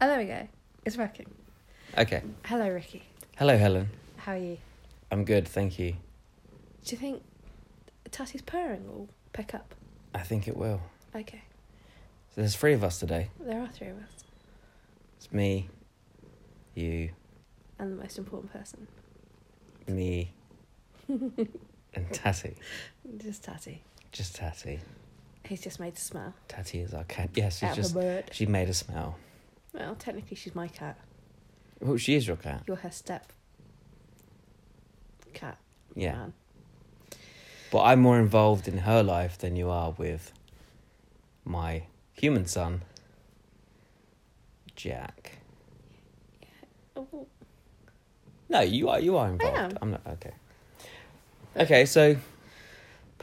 Oh, there we go. It's working. Okay. Hello, Ricky. Hello, Helen. How are you? I'm good, thank you. Do you think Tatty's purring will pick up? I think it will. Okay. So there's three of us today. There are three of us, It's me, you, and the most important person, me, and Tatty. just Tatty. Just Tatty. He's just made to smell. Tatty is our cat. Yes, Out she's of just a bird. she made a smell. Well, technically, she's my cat. Oh, she is your cat. You're her step cat. Yeah. man. But I'm more involved in her life than you are with my human son, Jack. Oh, No, you are you are involved. am. I'm not okay. Okay, so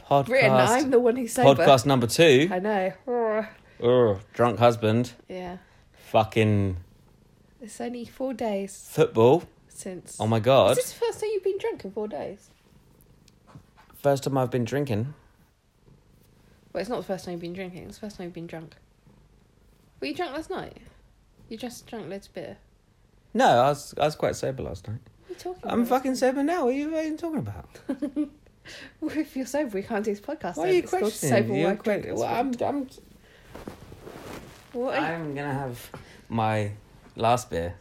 podcast Written, I'm the one who's sober. podcast number two. I know. Ugh. Ugh, drunk husband, Yeah. fucking It's only four days football. since. Oh my god! Is this the first time you've been drunk in four days? First time I've been drinking. Well, it's not the first time you've been drinking. It's the first time you've been drunk. Were you drunk last night? You just drank loads of beer. No, I was I was quite sober last night. What are you talking I'm about? fucking sober now. What are you even talking about? Well, if you're sober, we can't do this podcast. Why are then. you It's called questioning? Sober You're Work que- Drinkers well, I'm, I'm Week. What are you- I'm gonna have my last beer,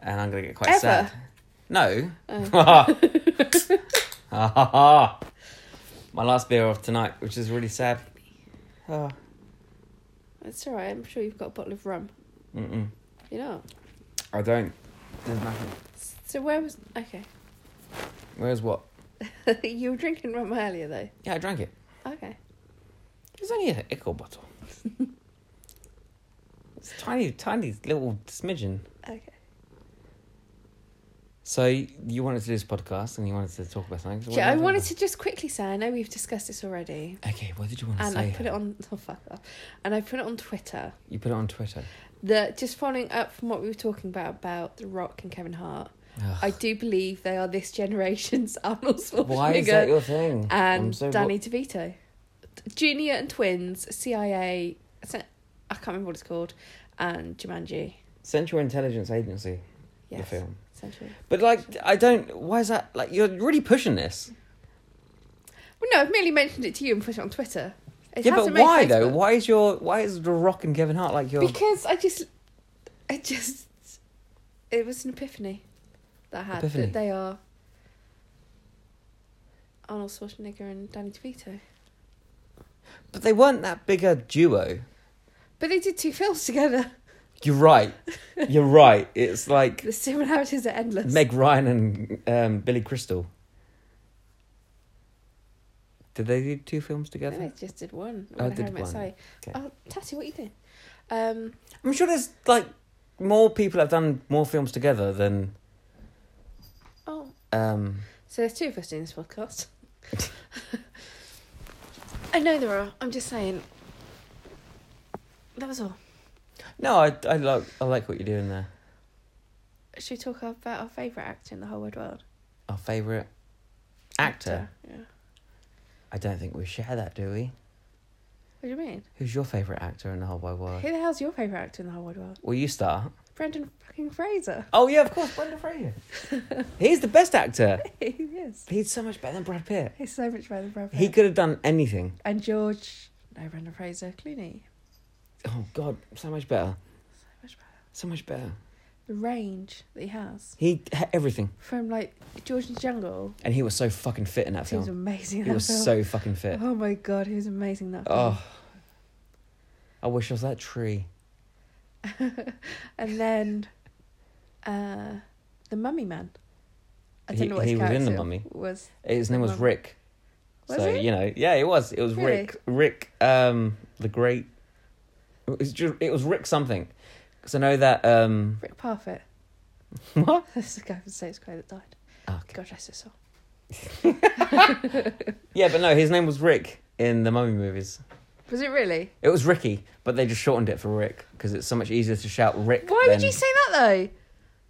and I'm gonna get quite Ever? sad. No. um, Oh. my last beer of tonight, which is really sad. Oh, it's alright, I'm sure you've got a bottle of rum. mm-mm. You know? I don't. There's nothing. So, where was. Okay. Where's what? you were drinking rum earlier, though. Yeah, I drank it. Okay. It's only an echo bottle. it's tiny, tiny little smidgen. Okay. So you wanted to do this podcast and you wanted to talk about something. so what Yeah, did I you wanted talk to just quickly say I know we've discussed this already, about? Okay, what did you want to and say? I put it on. Oh, fuck off. And I put it on Twitter. You put it on Twitter. That just following up from what we were talking about about The Rock and Kevin Hart, Ugh. I do believe they are this generation's Arnold Schwarzenegger. Why is that your thing? I'm and so Danny DeVito. Junior and Twins, CIA, I can't remember what it's called, and Jumanji. Central Intelligence Agency, the Yes, film. essentially. But like, I don't. Why is that? Like, you're really pushing this. Well, no, I've merely mentioned it to you and put it on Twitter. It yeah, but hasn't made why though? Facebook. Why is your why is the Rock and Kevin Hart like your? Because I just, I just, it was an epiphany that I had Epiphany. that they are Arnold Schwarzenegger and Danny DeVito. but they weren't that big a duo. But they did two films together. You're right. You're right. It's like The similarities are endless. Meg Ryan and um, Billy Crystal. Did they do two films I think together? they just did one. Oh, When did Harry Met one. Sally. Okay. Oh, Tatty, what are you doing? Um, I'm sure there's like more people have done more films together than oh, um. so there's two of us doing this podcast. I know there are. I'm just saying. That was all. No, I I like I like what you're doing there. Should we talk about our favourite actor in the whole wide world? Our favorite actor. Yeah. I don't think we share that, do we? What do you mean? Who's your favourite actor in the whole wide world? Who the hell's your favourite actor in the whole wide world? Well, you start. Brendan fucking Fraser. Oh yeah, of course, Brendan Fraser. He's the best actor. he is. He's so much better than Brad Pitt. He's so much better than Brad He Pitt. could have done anything. and George. No, Brendan Fraser. Clooney. Oh god, so much better. So much better. So much better. The range that he has. He had everything, From like George and the Jungle. and he was so fucking fit in that He was film. amazing. in He that was film. so fucking fit. Oh my god, he was amazing in that. film. Oh, I wish I was that tree. And then, uh, the Mummy Man. I don't He- know what his he was in character The Mummy. Was His name was Mum. Rick. Was so it? you know, yeah, it was. It was Really? Rick. Rick, um, the great. It was, ju- it was Rick something, because I know that. um Rick Parfitt. What? That's the guy from States Quo that died. Oh, God rest his soul. Yeah, but no, his name was Rick in the Mummy movies. Was it really? It was Ricky, but they just shortened it for Rick because it's so much easier to shout Rick. Why than... would you say that though?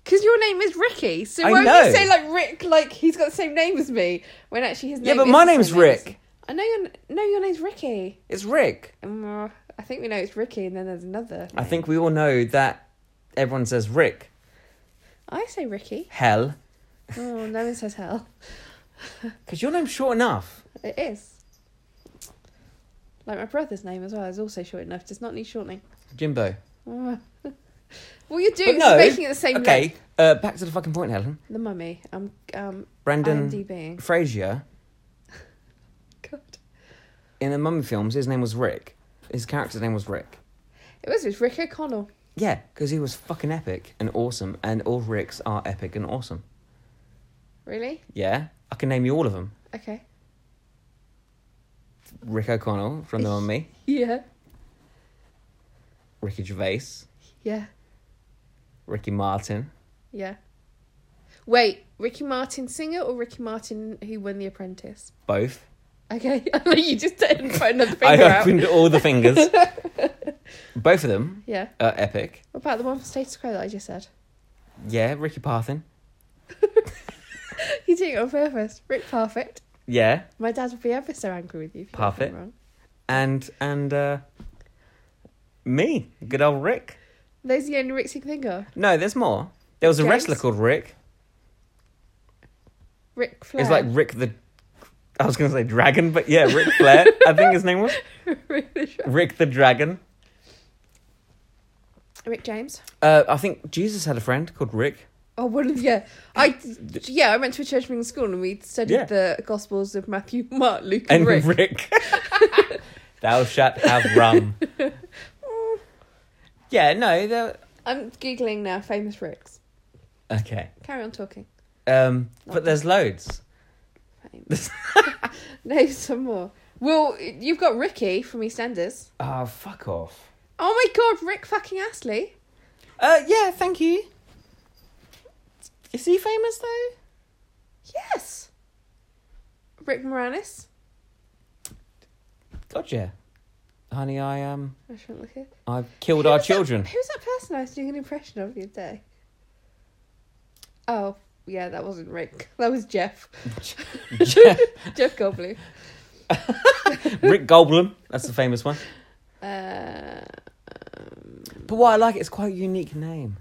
Because your name is Ricky, so I why would know. you say like Rick? Like he's got the same name as me, when actually his Yeah, name. but is my the same name's name as- Rick. I know your no, your name's Ricky. uh, It's Rick. Um, I think we know it's Ricky, and then there's another. I name. think we all know that everyone says Rick. I say Ricky. Hell. Oh, no one says hell. Because your name's short enough. It is. Like my brother's name as well is also short enough. Does not need shortening. Jimbo. Ah. what you're But doing no, is making it the same. Okay, length. uh, back to the fucking point, Helen. The mummy. I'm um. Brandon IMDbing. Frazier God. in the Mummy films, his name was Rick. His character's name was Rick. It was with Rick O'Connell. Yeah, because he was fucking epic and awesome, and all Ricks are epic and awesome. Really? Yeah, I can name you all of them. Okay. Rick O'Connell from The Mummy, Yeah. Ricky Gervais, Yeah. Ricky Martin, Yeah. Wait, Ricky Martin singer or Ricky Martin who won The Apprentice? both. Okay, I know you just didn't put another I finger out. opened all the fingers. both of them Yeah. are epic. What about the one from Status Quo that I just said? Yeah, Ricky Parton. You're doing it on purpose. Rick Parfit. Yeah, My dad would be ever so angry with you. If you got Parfit. that Wrong. and and uh, me, good old Rick. Those are the only Ricks you can think of. No, there's more. There was a James? wrestler called Rick. Rick Flair. It's like Rick the. I was going to say Dragon, but yeah, Rick Flair. I think his name was Rick, the Dra- Rick the Dragon. Rick James. Uh, I think Jesus had a friend called Rick. Oh, one of yeah. I yeah. I went to a church meeting school and we studied Yeah. the Gospels of Matthew, Mark, Luke, and, And Rick. Rick. Thou shalt have rum. yeah, no, they're- I'm googling now. Famous Ricks. okay. Carry on talking. Um, but there's loads. Famous. Name some more. Well, you've got Ricky from EastEnders. Oh, fuck off. Oh my God, Rick fucking Astley. Uh, yeah, thank you. Is he famous though? Yes. Rick Moranis. Gotcha. Honey, I um, I shouldn't look here. I've killed Who our was that- children. who's that person I was doing an impression of the other day? Oh, yeah, that wasn't Rick. That was Jeff. Jeff Goldblum. Rick Goldblum, that's the famous one. Uh, um, But what I like, it's quite a unique name.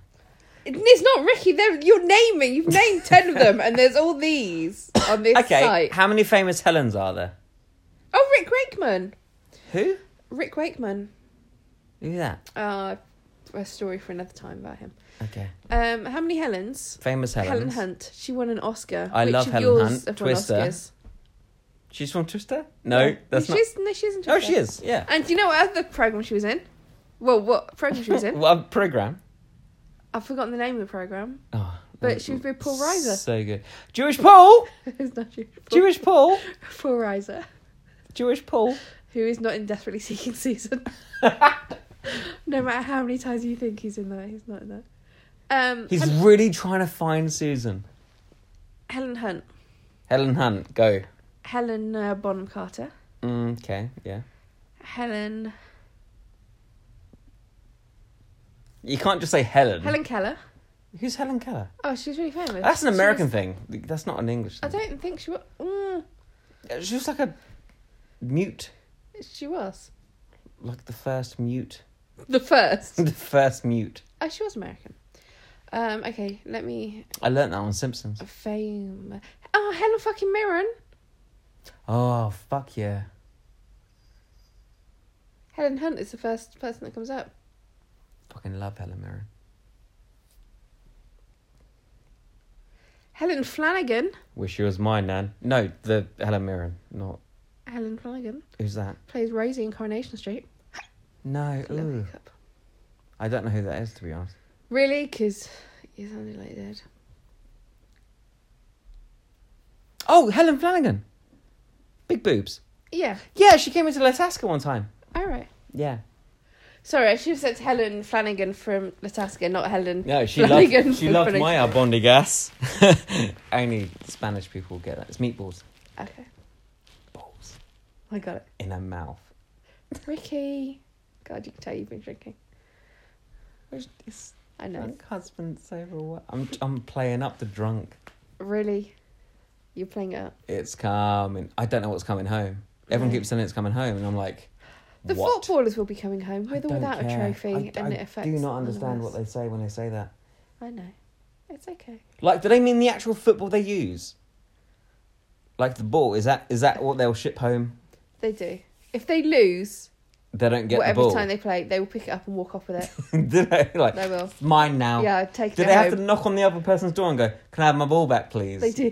it- it's not Ricky. They're, you're naming. You've named ten of them, and there's all these on this Okay, site. how many famous Helens are there? Oh, Rick Wakeman. Who? Rick Wakeman. Who's that? Uh, a story for another time about him. Okay, Um, how many Helens? famous Helens. Helen Hunt. She won an Oscar. I Which love of Helen yours Hunt. have won Twister. Oscars? She's from Twister. No, Yeah. that's not. she's, No, she isn't. Oh, she is. Yeah. And do you know what other program she was in? Well, what program Oh, she was in? well, program. I've forgotten the name of the program. Oh, But she was with Paul Reiser. So good. Jewish Paul. it's not Jewish. Paul, Jewish Paul. Paul Reiser, Jewish Paul. who is not in Desperately Seeking Season. no matter how many times you think he's in that, he's not in that. Um, He's Hel- really trying to find Susan. Helen Hunt, Helen Hunt. Go. Helen uh, Bonham Carter, Mm, okay. Yeah. Helen You can't just say Helen. Helen Keller. Who's Helen Keller? Oh, she's really famous. That's an She American was- thing. That's not an English I thing. don't think she was. Mm, She was like a mute, she was like the first mute, the first. the first mute. oh, she was American. Um, okay, let me I learnt that on Simpsons. Fame. Oh, Helen fucking Mirren. Oh fuck yeah. Helen Hunt is the first person that comes up. Fucking love Helen Mirren. Helen Flanagan. Wish she was mine, Nan. No, the Helen Mirren, not Helen Flanagan who's that? plays Rosie in Coronation Street. No, Little ooh. hiccup. I don't know who that is to be honest. Really? Because you sounded like that. Oh, Helen Flanagan. Big boobs. Yeah. Yeah, she came into Lataska one time. All right. Yeah. Sorry, I should have said Helen Flanagan from Lataska, not Helen. No, she Flanagan loved she from loved Coronation- my albondigas. Only Spanish people get that. It's meatballs. Okay, Balls I got it. in her mouth. Ricky. God, you can tell you've been drinking. It's I know. drunk husband's over what? I'm I'm playing up the drunk. Really? You're playing it up. It's coming. I don't know what's coming home. Everyone Right. keeps saying it's coming home, and I'm like, The what? footballers will be coming home with I or don't without care. a trophy, and I, I it affects. do not none of understand us. what they say when they say that. I know. It's okay. Like, do they mean the actual football they use? Like the ball is that is that what they'll ship home? They do. If they lose, They don't get whatever the ball. time they play, they will pick it up and walk off with it. do they like they will. mine now? Yeah, I'd take Do it they have to home. knock on the other person's door and go, "Can I have my ball back, please"? They do.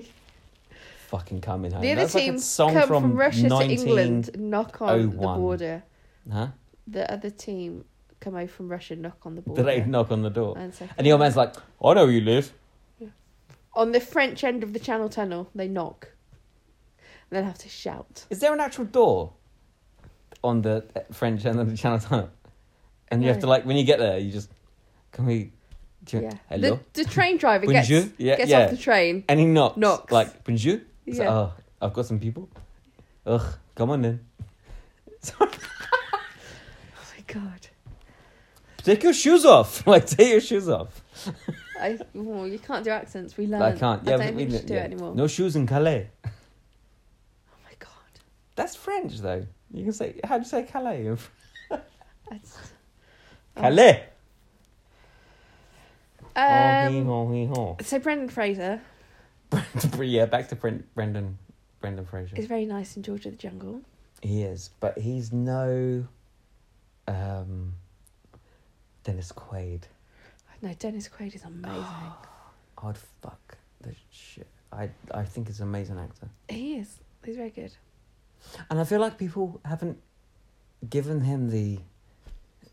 Fucking coming home. The other That's like a team song come from, oh from, Russia 19... to England, knock on the 01. border. Huh? The other team come over from Russia, knock on the Do border. they knock on the door? and say, And the old man's like, "I know where you live." on the French end of the Channel Tunnel, they knock. And then have to shout. Is there an actual door on the uh, French end of the Channel Tunnel? And you have No. to like when you get there, you just can we? Do you, Yeah. Hello. The, the train driver gets, Bonjour. Yeah, gets yeah. off the train. And he knocks. Knocks. Like bonjour. He's like, Yeah. oh, I've got some people. Ugh, come on in. Oh my god. Take your shoes off. Like take your shoes off. I, well, you can't do accents. We learn. I can't. Yeah, Uh, I don't think we- we- we should do yeah. it anymore. No shoes in Calais. Oh my god. That's French though. You can say how do you say Calais? Oh. in Fr- That's... Oh. Calais. Um, oh, hee, oh, so Brendan Fraser hee, oh. yeah, back to Bren- Brendan. Brendan Fraser. is very nice in George of the Jungle. He is, but he's no um Dennis Quaid. Oh, No, Dennis Quaid is amazing. I'd fuck the shit. I I think he's an amazing actor. he is. He's very good. And I feel like people haven't given him the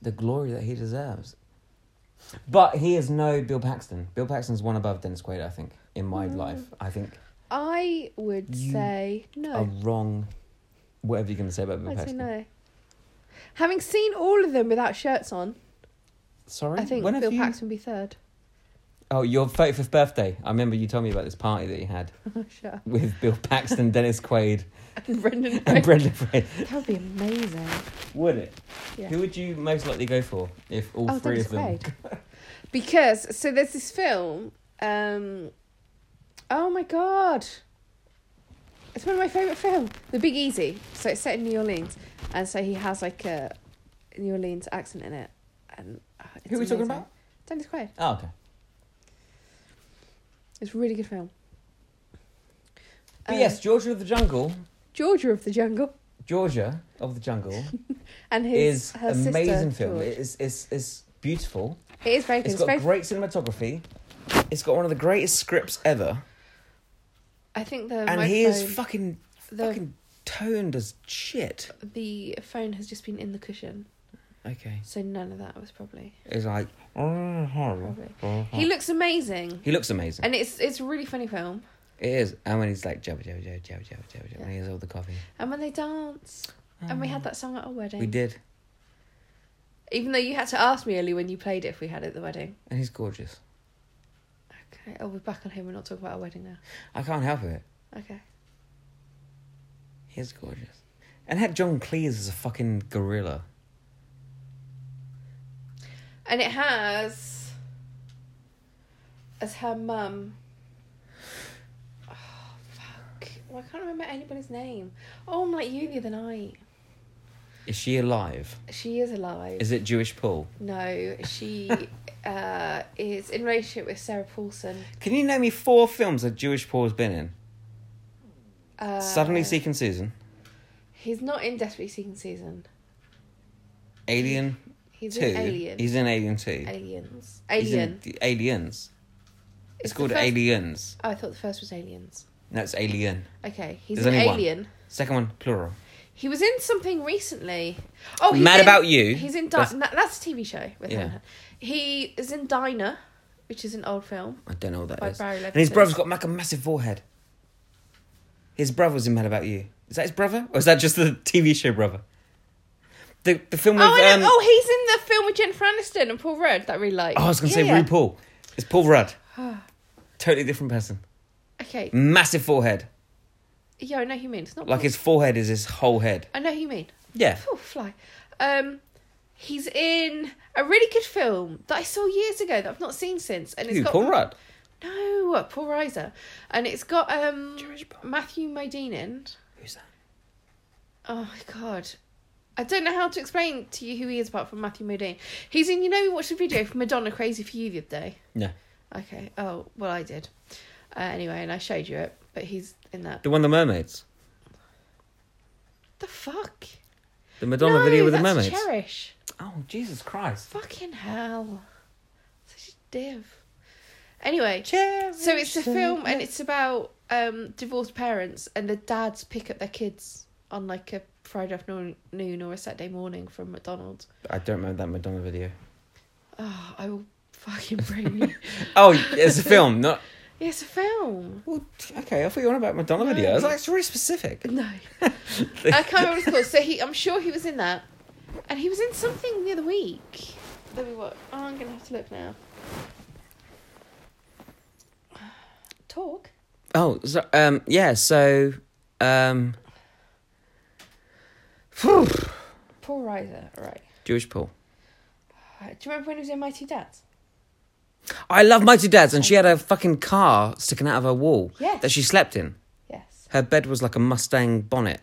the glory that he deserves. But he is no Bill Paxton. Bill Paxton's one above Dennis Quaid, I think, in my Mm. life. I think I would You say a no. wrong whatever you're gonna say about Bill I'd say Paxton. no. Having seen all of them without shirts on, Sorry? I think When have Bill you- Paxton would be third. Oh, your thirty fifth birthday. I remember you told me about this party that you had Shut up. with Bill Paxton, Dennis Quaid And Brendan and Fraser. Brendan Fraser. that would be amazing. Would it? Yeah. Who would you most likely go for if all Oh, three Dennis of them? Quaid. Because so there's this film. Um, oh my god, it's one of my favorite films, The Big Easy. So it's set in New Orleans, and so he has like a New Orleans accent in it. And uh, it's Who are we talking amazing. about? Dennis Quaid. Oh, okay. It's a really good film. But Um, yes, Georgia of the Jungle, Georgia of the Jungle Georgia of the Jungle and his is her an amazing sister, film. George. It is, it's, it's beautiful. it is very good. It's It's, got very. great cinematography. It's got one of the greatest scripts ever. I think the and microphone, he is fucking, the fucking toned as shit. the phone has just been in the cushion, Okay. so none of that was probably. It's like, "Oh, horrible. Probably. Oh, He looks amazing. he looks amazing. And it's it's a really funny film. it is. And when he's like, jabba, jabba, jabba, jabba, jabba, jabba, jabba, when he has all the coffee. And when they dance. And we had that song at our wedding. We did. Even though you had to ask me earlier when you played it if we had it at the wedding. And he's gorgeous. Okay. Oh, we're back on him. We're not talking about our wedding now. I can't help it. Okay. He is gorgeous. And had John Cleese as a fucking gorilla. And it has. As her mum. Oh, fuck. Well, I can't remember anybody's name. Oh, I'm like you the other night. Is she alive? She is alive. Is it Jewish Paul? no, she uh, is in relationship with Sarah Paulson. Can you name me four films that Jewish Paul's been in? Uh, Suddenly Seeking Susan, He's not in Desperately Seeking Season. Alien He's 2. an alien. He's in Alien 2. aliens. He's in Alien. the Aliens. It's, the called first- Aliens. Oh, I thought the first was aliens. That's Alien. Okay, he's There's an only one. alien. Second one, plural. He was in something recently. Oh, he's Mad in- About You. He's in Di- That's- that's, that's a TV show with Yeah. him. He is in Diner, which is an old film. I don't know what that is. By Barry and his Levinson. brother's got like a massive forehead. His brother was in Mad About You. Is that his brother? Or is that just the TV show brother? The, the film with. oh, I know. um, oh, he's in the film with Jennifer Aniston and Paul Rudd that I really like. Oh, I was gonna say Yeah, yeah. RuPaul. It's Paul Rudd. totally different person. Okay, Massive forehead. yeah, I know who you mean. It's not Like Paul. his forehead is his whole head. I know who you mean. Yeah. Oh, fly. Um, he's in a really good film that I saw years ago that I've not seen since, and it's Who, got Paul Rudd. No, uh, Paul Reiser, and it's got um Jewish Paul. Matthew Modine in. Who's that? Oh my god, I don't know how to explain to you who he is apart from Matthew Modine. He's in, you know, we watched a video from Madonna Crazy for You the other day. No. Okay. Oh, well, I did. Uh, anyway, and I showed you it, but he's in that. The one the mermaids. The fuck? The Madonna video with the that's mermaids. Cherish. Oh, Jesus Christ. Fucking hell. Such a div. Anyway, Cherish. so it's a film and it's about um, divorced parents and the dads pick up their kids on like a Friday afternoon noon or a Saturday morning from McDonald's. I don't remember that Madonna video. Oh, I will fucking bring you. Oh, it's a film, not. it's a film. Well, t- okay, I thought you were on about Madonna No. video. I was like, it's really specific. No. I can't remember what it's called. So he, I'm sure he was in that. And he was in something the other week. That we what? Oh, I'm going to have to look now. Talk. Oh, so, um, yeah. So, um, phew, Paul Reiser, right. Jewish Paul. Uh, Do you remember when he was in Mighty Dads? I love Mighty Dads, and she had a fucking car sticking out of her wall Yes. that she slept in. Yes. Her bed was like a Mustang bonnet,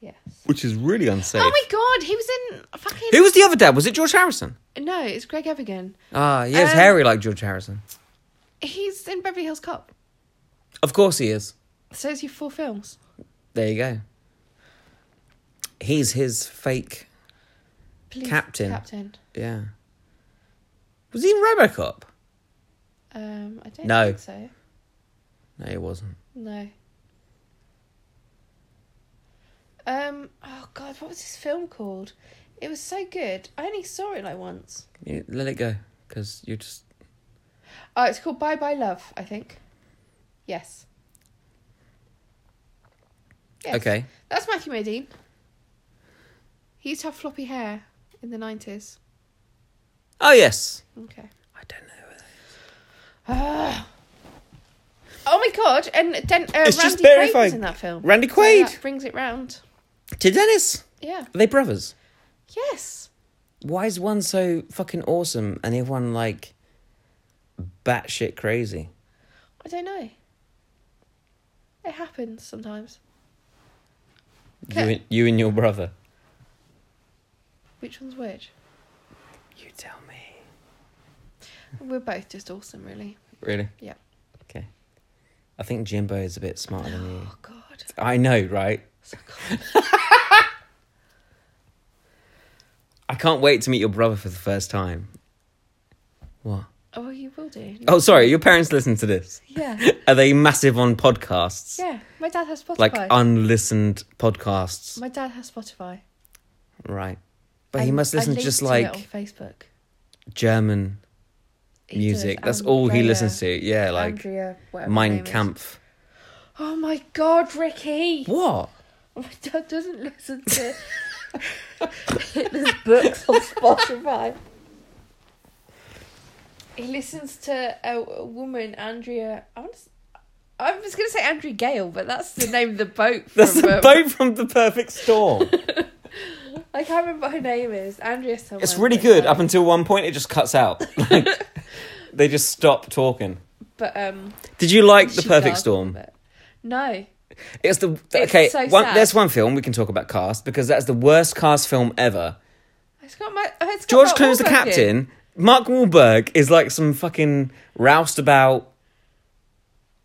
Yes. which is really unsafe. Oh my god, he was in a fucking. Who was the other dad? Was it George Harrison? No, it's Greg Evigan. Ah, he is Um, hairy like George Harrison. He's in Beverly Hills Cop. Of course he is. So is your four films. There you go. He's his fake. Police Captain. Captain. Yeah. Was he in Robocop? Um, I don't No. think so. No, he wasn't. No. Um. Oh God, what was this film called? It was so good. I only saw it like once. You let it go, because you're just. Oh, it's called Bye Bye Love, I think. Yes. Yes. Okay. That's Matthew Modine. He used to have floppy hair in the nineties. Oh, yes. Okay. I don't know. Ah. Oh my God! And Den- uh, It's Randy just Quaid was terrifying. in that film. Randy So Quaid. that brings it round. To Dennis. Yeah. Are they brothers? Yes. Why is one so fucking awesome and the other one like batshit crazy? I don't know. It happens sometimes. You, and- you and your brother. Which one's which? You tell me. We're both just awesome, really. Really? Yeah. Okay. I think Jimbo is a bit smarter than you. Oh God. I know, right? So God. I can't wait to meet your brother for the first time. What? Oh, you will do. Oh, sorry. Your parents listen to this. Yeah. Are they massive on podcasts? Yeah. My dad has Spotify. Like unlistened podcasts. My dad has Spotify. Right. But he And must I listen to linked just it like on Facebook. German He music. does That's all he Andrea- listens to. Yeah, like Andrea, whatever her name Mein is. Kampf. Oh my God, Ricky! What? My dad doesn't listen to Hitler's books on Spotify. He listens to a, a woman, Andrea. I want to, I was going to say Andrea Gale, but that's the name of the boat. From, That's the um, boat from the perfect storm. I can't remember what her name is. Andrea someone. it's really but, good. um, Up until one point, it just cuts out. Like, they just stop talking. But um, Did you like the she perfect does storm? love it. No, It's the It's okay. so one, sad. there's one film we can talk about cast because that's the worst cast film ever. it's got my. It's got George Mark Clooney's the Wahlberg in. captain. Mark Wahlberg is like some fucking roustabout,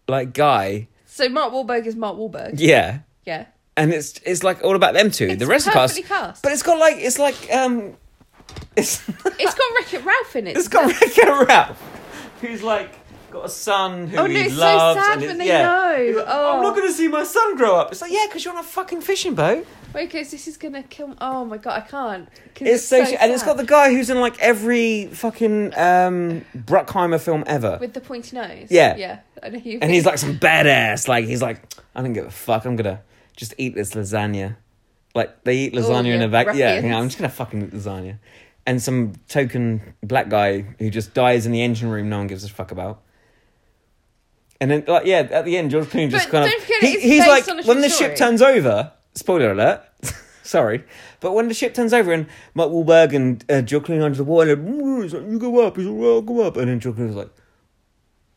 like guy. So Mark Wahlberg is Mark Wahlberg. Yeah, Yeah. and it's it's like all about them two. the rest of the cast, perfectly cast. but it's got like it's like um, it's It's got Wreck It Ralph in it. it's got Wreck It Ralph, who's like got a son who Oh, he no, it's so loves. sad and when they it's- yeah. know. He's like, I'm Oh. not going to see my son grow up. It's like yeah, because you're on a fucking fishing boat. Wait, because this is gonna kill. Me. Oh my god, I can't. 'Cause It's so, sh- and it's sad. got the guy who's in like every fucking um Bruckheimer film ever, with the pointy nose. Yeah. yeah. I know you and he's like some badass. Like he's like, I don't give a fuck. I'm gonna just eat this lasagna. Like they eat lasagna in yeah, a back. Yeah, ruffians. yeah, I'm just gonna fucking eat lasagna. And some token black guy who just dies in the engine room. No one gives a fuck about. And then, like, yeah, at the end, George Clooney just But kind of don't forget he, it's he's based like on a true when the story. ship turns over. Spoiler alert. Sorry, but when the ship turns over and Mark Wahlberg and uh, George Clooney are under the water, and, "Mm, it's like, you go up, he's like, well, go up, and then George Clooney's like,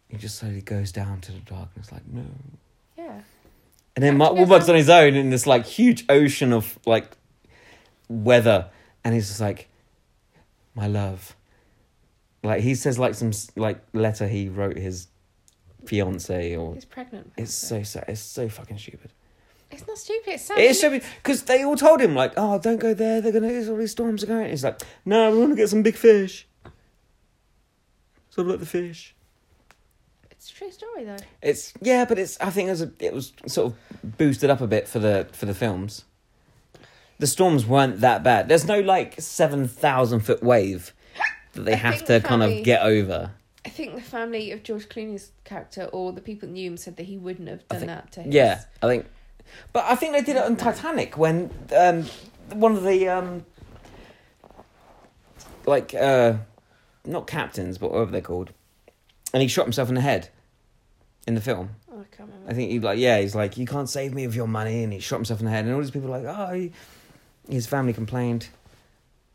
he just slowly goes down to the darkness, like no. yeah. And then Mark Yeah. Wahlberg's on his own in this like huge ocean of like weather, and he's just like, my love. Like he says, like some s- like letter he wrote his fiance or He's pregnant. it's so sad. It's so fucking stupid. It's not stupid. It sounds. It is stupid because they all told him like, oh, don't go there. They're gonna there's all these storms are going. He's like, no, we want to get some big fish. So like the fish. It's a true story though. It's yeah, but it's. I think it was a, it was sort of boosted up a bit for the for the films. The storms weren't that bad. There's no like seven thousand foot wave that they I have think to kind probably- of get over. I think the family of George Clooney's character or the people that knew him said that he wouldn't have I done think- that to him. Yeah, I think. But I think they did it on Titanic when um, one of the um, like uh, not captains, but whatever they're called, and he shot himself in the head in the film. Oh, I can't remember. I think he like yeah, he's like you can't save me with your money, and he shot himself in the head, and all these people are like oh, he, his family complained.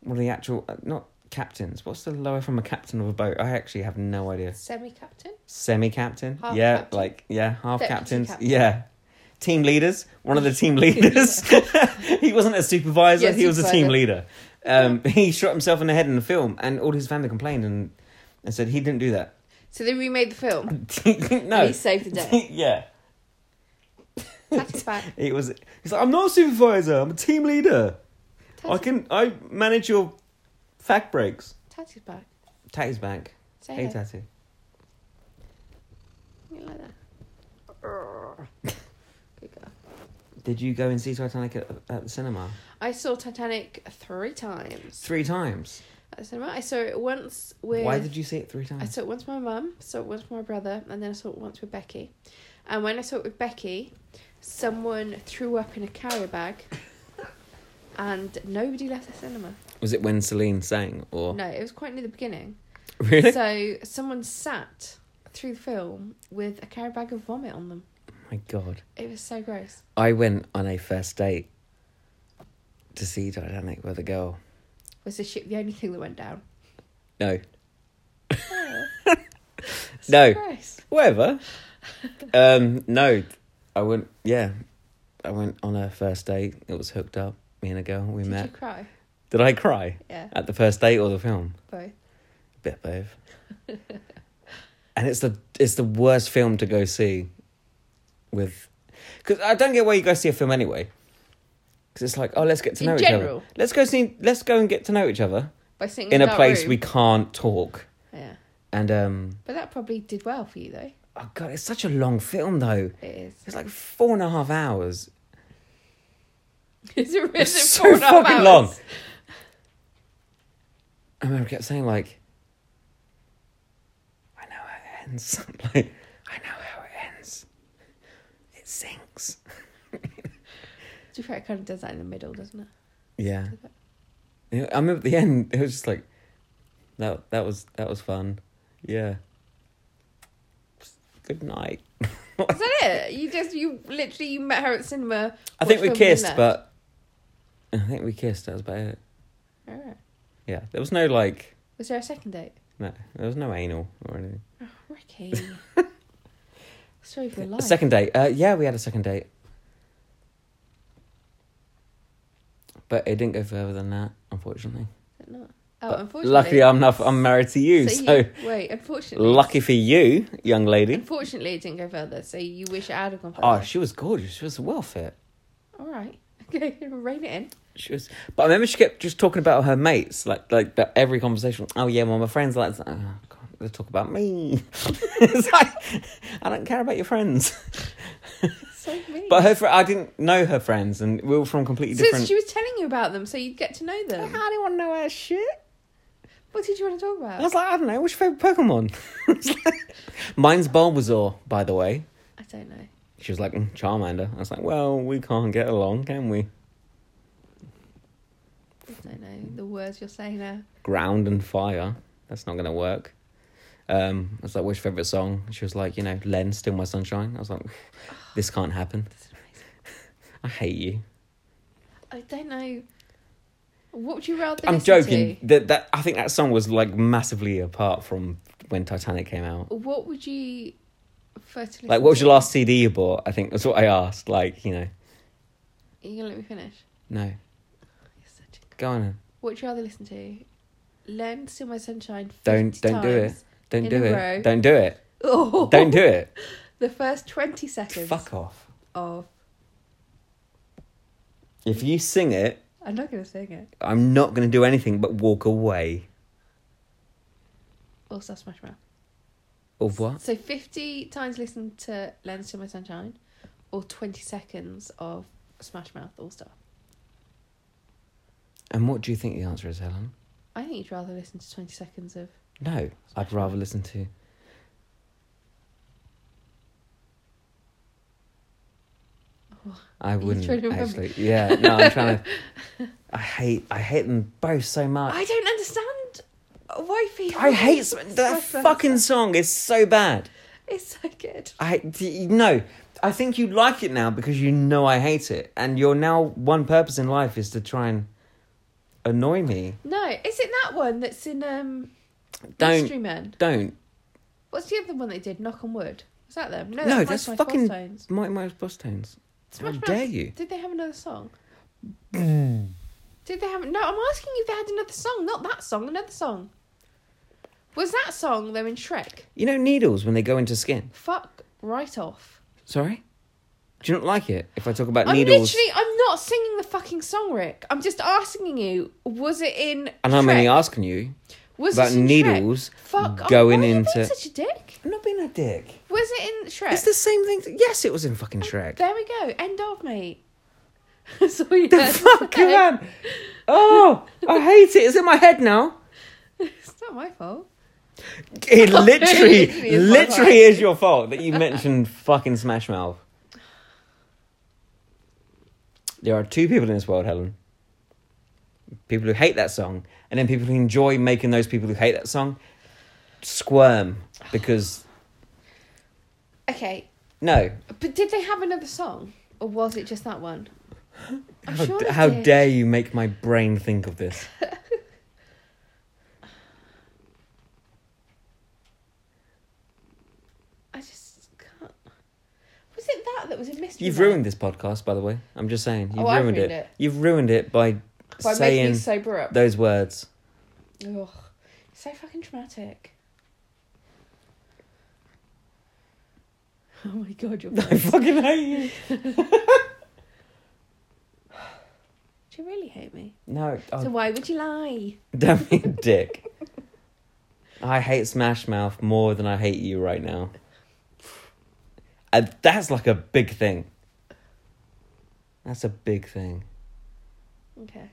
One of the actual uh, not captains. What's the lower from a captain of a boat? I actually have no idea. Semi captain? Semi captain, Half yeah, captain. like yeah, half Deputy captains, captain. yeah. Team leaders. One of the team leaders. he wasn't a supervisor. Yeah, he was a team supervisor. leader. Um, he shot himself in the head in the film, and all his family complained and, and said he didn't do that. So they remade the film. no. And he saved the day. yeah. That's back. It was. He's like, I'm not a supervisor. I'm a team leader. I can. I manage your fact breaks. Tatty's back. Tatty's back. Say hey, hello. Tatty. You like that? Good girl. Did you go and see Titanic at, at the cinema I saw Titanic three times three times? at the cinema. I saw it once with. Why did you see it three I times? saw it once with my mum, saw it once with my brother, and then I saw it once with Becky. And when I saw it with Becky, someone threw up in a carrier bag, and nobody left the cinema. Was it when Celine sang or No, it was quite near the beginning. really? So someone sat through the film with a carrier bag of vomit on them. My God, It was so gross. I went on a first date to see Titanic with a girl. Was the ship the only thing that went down? No, So No. gross. whatever. um, no, I went. Yeah, I went on a first date. It was hooked up. Me and a girl. We Did met. you cry? Did I cry Yeah, at the first date or the film? both. Bit of both. and it's the it's the worst film to go see. With, because I don't get why you go see a film anyway. Because it's like, oh, let's get to In know each general. other. Let's go see. Let's go and get to know each other By sitting in in a that place room. we can't talk. Yeah, And um, but that probably did well for you though. oh god, it's such a long film though. It is. It's like four and a half hours. Is it really It's so four and a half fucking hours? long. I remember I kept saying like, I know how it ends. like, I know how it ends. It sinks. To be fair, it kind of does that in the middle, doesn't it? Yeah. Yeah, I remember at the end. It was just like, that that was that was fun. Yeah. Good night. Is that it? You just you literally you met her at cinema. I think we watched film and kissed, left. but I think we kissed. That was about it. Alright. Yeah, there was no like, Was there a second date? no, there was no anal or anything. Oh, Ricky. Story of your A life. second date. Uh, yeah, we had a second date. But it didn't go further than that, unfortunately. Is it not? Oh, But unfortunately. Luckily, I'm not, I'm married to you, so, wait, unfortunately. lucky for you, young lady. Unfortunately, it didn't go further. So you wish it had gone further. Oh, she was gorgeous. She was well fit. All right. Okay, rein it in. She was, but I remember she kept just talking about her mates, like like that every conversation. Oh yeah, well my friends like, that." oh, God, they talk about me. it's like I don't care about your friends. So mean. But her, fr- I didn't know her friends, and we were from completely so different. she was telling you about them, so you'd get to know I them. don't want to know her shit. What did you want to talk about? I was like, I don't know, what's your favourite Pokemon? It's like- Mine's Bulbasaur, by the way. I don't know. She was like, "Mm, Charmander. I was like, well, we can't get along, can we? I don't know the words you're saying now. Ground and fire. That's not going to work. Um, I was like, what's your favourite song? She was like, you know, Len, Still My Sunshine. I was like, this can't happen. That's amazing. I hate you. I don't know. What would you rather? I'm listen joking. That, that I think that song was like massively apart from when Titanic came out. to? What would you prefer to Like, what was your last CD you bought? I think that's what I asked. Like, you know, Are you gonna let me finish? no. You're such a Go on. Then. What would you rather listen to? Learn to Steal My Sunshine. 50 Don't- don't do it. times. Don't In do a it. row. Don't do it. Oh, Don't do it. The first 20 seconds Fuck off. of. If you sing it, I'm not going to sing it. I'm not going to do anything but walk away. Also, Smash Mouth. Or what? So 50 times listen to Lens to My Sunshine or 20 seconds of Smash Mouth All Star. And what do you think the answer is, Helen? I think you'd rather listen to 20 seconds of. No, I'd rather listen to. I you trying wouldn't to remember? actually. Yeah, no, I'm trying to. I hate, I hate them both so much. I don't understand why people. I hate sm- that Smash Mouth. fucking song is so bad. It's so good. I d- no. I think you like it now because you know I hate it, and your now one purpose in life is to try and annoy me. No, is it that one that's in um, Don't- Mystery Men? Don't. What's the other one they did? Knock on Wood. Was that them? No, Mike that's Myers fucking- Boston's. Mike Myers Boss Tones. How Smash Mouth- dare you? Did they have another song? Did they have no? I'm asking you if they had another song, not that song, another song. Was that song them in Shrek? You know needles when they go into skin. Fuck right off. Sorry? Do you not like it if I talk about I'm needles? literally, I'm not singing the fucking song, Rick. I'm just asking you, was it in? And I'm only Shrek? asking you was about it in Shrek? needles Fuck, going oh, why Are you being into- such a dick. I'm not being a dick. Was it in Shrek? It's the same thing. to- Yes, it was in fucking Shrek. There we go. End of mate. That's all you The had to fuck, say. man! Oh, I hate it. It's in my head now. It's not my fault. It literally, literally is my fault. literally is your fault that you mentioned fucking Smash Mouth. There are two people in this world, Helen. People who hate that song, and then people who enjoy making those people who hate that song squirm because Okay, no. but did they have another song, or was it just that one? I'm How, sure d- they how did. dare you make my brain think of this? I just can't. Was it that that was a mystery? You've ruined this podcast, by the way. I'm just saying, you've Oh, I've ruined, ruined it. it. You've ruined it by, by making saying me sober up. those words. Ugh, so fucking traumatic. Oh my god, you're. I Do fucking hate you. you really hate me? No, oh, So why would you lie? Don't be a dick. I hate Smash Mouth more than I hate you right now. And that's like a big thing. That's a big thing. Okay.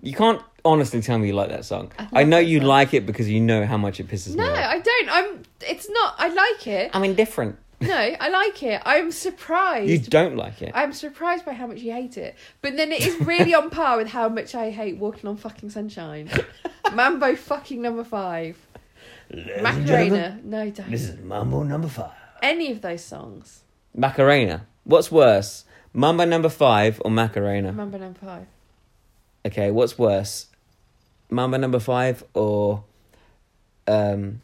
You can't honestly tell me you like that song. I love I, know that you song. like it because you know how much it pisses No, me off. I don't. I'm. It's not. I like it. I'm indifferent. No, I like it. I'm surprised. You don't like it. I'm surprised by how much you hate it. But then it is really on par with how much I hate walking on fucking sunshine. Mambo fucking number five. Macarena. No, don't. is Mambo number five. Any of those songs. Macarena. What's worse? Mambo number five or Macarena? Mambo number five. Okay, what's worse, Mamba number five or um,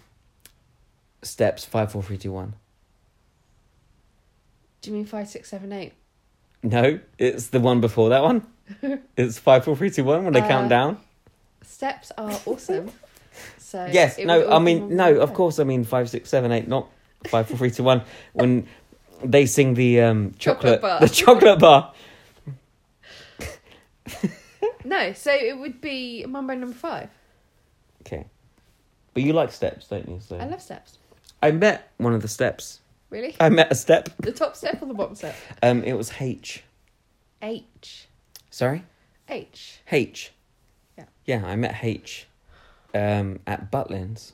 steps five, four, three, two, one? Do you mean five, six, seven, eight? No, it's the one before that one. it's five, four, three, two, one when they Uh, count down. Steps are awesome. So Yes, it would no, all I be mean Mambo no, number of five. course, I mean five, six, seven, eight, not five, four, three, two, one. When they sing the um, Chocolate chocolate, bar. the chocolate bar. No, so it would be Mambo number five. Okay, but you like steps, don't you? So I love steps. I met one of the steps. Really? I met a step. The top step or the bottom step? Um, it was H. H. Sorry. H. H. Yeah. Yeah, I met H um, at Butlins.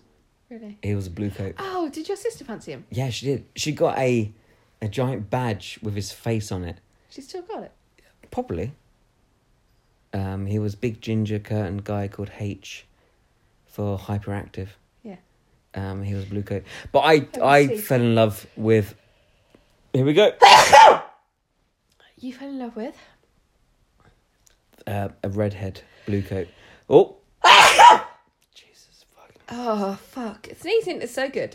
Really? He was a blue coat. Oh, did your sister fancy him? Yeah, she did. She got a a giant badge with his face on it. She's still got it. Probably. Um, he was big ginger curtain guy called H for hyperactive. Yeah. Um, he was blue coat. But I Have a I seat. fell in love with here we go. You fell in love with? Uh, a redhead blue coat. Oh Jesus fucking Oh fuck! Sneezing is so good.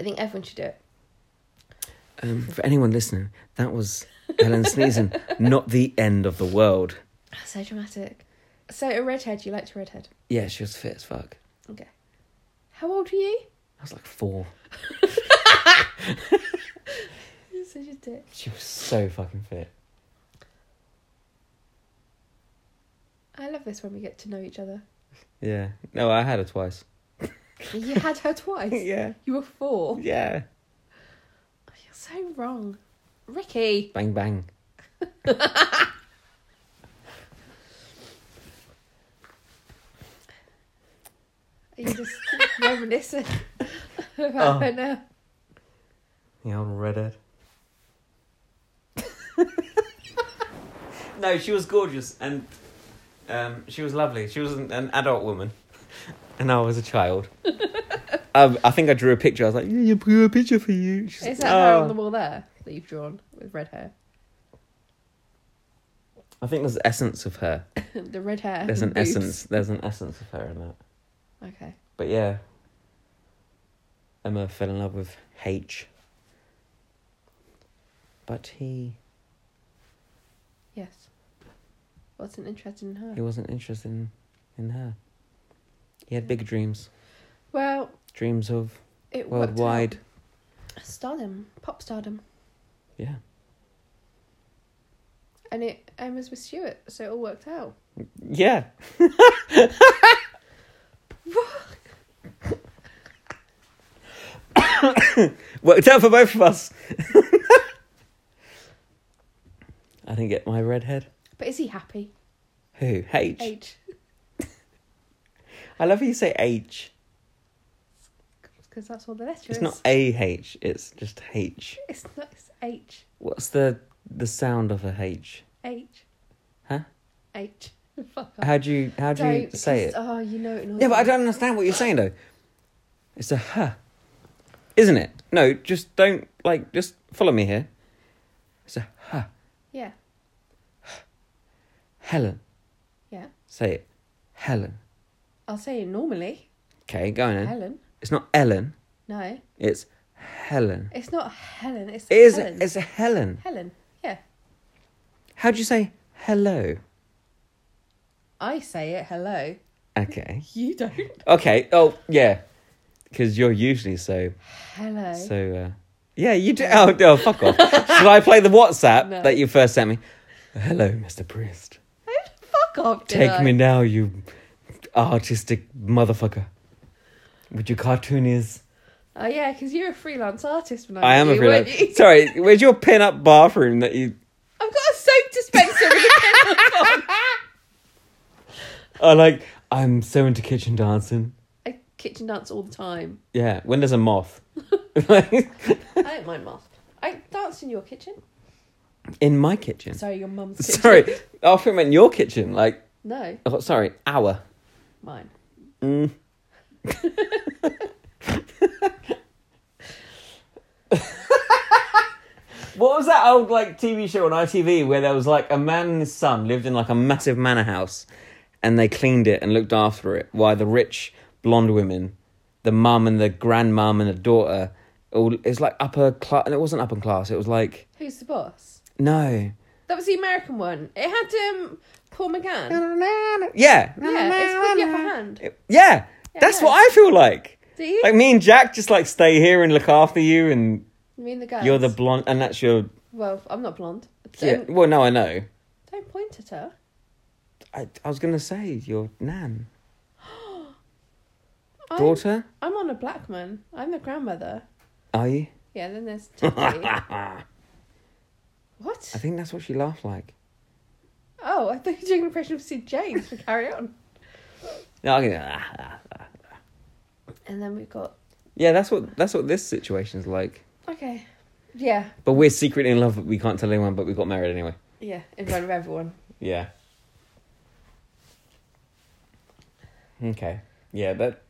I think everyone should do it. Um, for anyone listening, that was Helen sneezing. Not the end of the world. So dramatic. So a redhead, you liked a redhead. Yeah, she was fit as fuck. Okay. How old were you? I was like four. You're Such a dick. She was so fucking fit. I love this when we get to know each other. Yeah. No, I had her twice. You had her twice. yeah. You were four. Yeah. You're so wrong. Ricky. Bang bang. Are you just reminiscing about Oh. her now? The old redhead. no, she was gorgeous and um, she was lovely. She was an, an adult woman, and I was a child. Um, I, I think I drew a picture. I was like, "You drew a picture for you." She's Is like, that her "Oh." on the wall there that you've drawn with red hair? I think there's essence of her. the red hair. There's and an boobs. essence. There's an essence of her in that. Okay. But yeah, Emma fell in love with H. But he Yes. Wasn't interested in he her. wasn't interested in, in her. He had big dreams. Well, Dreams of it worked out. worldwide. stardom, pop stardom, Yeah. and it and was with Stuart, so it all worked out. Yeah. Worked out for both of us. I didn't get my redhead. But is he happy? Who? H. I H, love how you say H. because that's all the letter It's is. not A H. It's just H. It's not. It's H. What's the the sound of a H? H. Huh? H. Fuck off. How do you how do you Don't, say it? because- Oh, you know it. annoys Yeah, but I me. don't understand what you're saying though. It's a huh, isn't it? No, just don't like. Just follow me here. It's a huh. Yeah. Helen, Yeah. say it. Helen. I'll say it normally. Okay, go on. Then. Helen. It's not Ellen. No, It's Helen. it's not Helen. It's It is. Helen. It's a Helen. Helen. Yeah. How do you say hello? I say it. Hello. Okay. You don't. Okay. Oh yeah, because you're usually so Hello. so. uh Yeah, you do. Oh no, fuck off. Should I play the WhatsApp No. that you first sent me? Hello, Mr. Priest. Fuck off. did Take I? me now, you artistic motherfucker. With your cartoonies. Oh yeah, because you're a freelance artist. When I, I am a met you, weren't freelancer. you? Sorry, where's your pin up bathroom that you. I've got a soap dispenser. with a kettle on. I like, I'm so into kitchen dancing. I kitchen dance all the time. Yeah, when there's a moth. Like, I don't mind moth. I dance in your kitchen. in my kitchen. Sorry. Sorry, your mum's kitchen. sorry. I thought it meant your kitchen. Like, No, oh, sorry, our. mine. Mm. what was that old like TV show on ITV where there was like a man and his son lived in like a massive manor house, and they cleaned it and looked after it while the rich blonde women, the mum and the grandmum and the daughter, all it's like upper class and it wasn't upper class. It was like Who's the boss? no, That was the American one. It had um Paul McGann. yeah, yeah, Yeah, it's called the upper hand. yeah. That's Yeah. what I feel like. Do you? Like me and Jack just like stay here and look after you, and you mean the girl? you're the blonde, and that's your. Well, I'm not blonde. Yeah, Don't, well, no, I know. don't point at her. I, I was gonna say your nan, I'm, daughter. I'm on a black man. I'm the grandmother. Are you? Yeah, then there's Teddy. I what? think that's what she laughed like. Oh, I thought you were doing an impression of Sid James. But carry on. No, I can- And then we've got yeah, that's what that's what this situation's like. okay. Yeah, But we're secretly in love, but we can't tell anyone. But we got married anyway. yeah, in front of everyone. Yeah. Okay. Yeah, that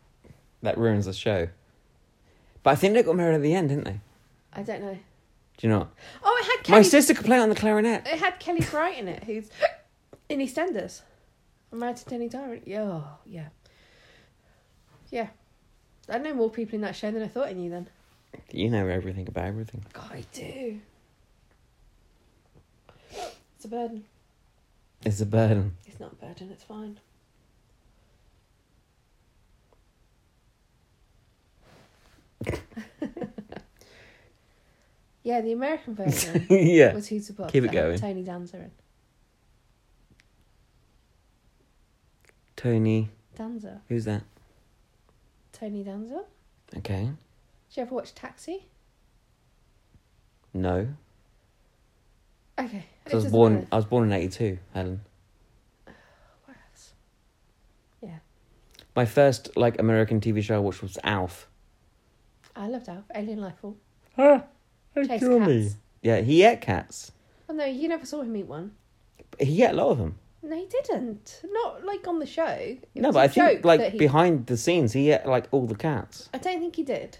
that ruins the show. But I think they got married at the end, didn't they? I don't know. Do you know? What? Oh, it had My Kelly. sister could play on the clarinet. it had Kelly Bright in it, who's in EastEnders. I'm married to Danny Dyer. Yeah, oh, yeah, yeah. I know more people in that show than I thought I knew. Then You know everything about everything. God, I do. It's a burden. It's a burden. It's not a burden. It's fine. Yeah, the American version yeah. was Who's the Boss. Keep it that had going. Tony Danza in. Tony, Danza. who's that? Tony Danza. Okay. Did you ever watch Taxi? No. Okay. it 'Cause I was doesn't born. matter. I was born in '82, Helen. What else? Yeah. My first like American TV show I watched was Alf. I loved Alf. Alien Lifefall. Ah, Chase cats. Yeah, he ate cats. Oh no, you never saw him eat one. He ate a lot of them. No, he didn't. Not like on the show. It no, was but a I think joke like that he- behind the scenes, he ate like all the cats. I don't think he did.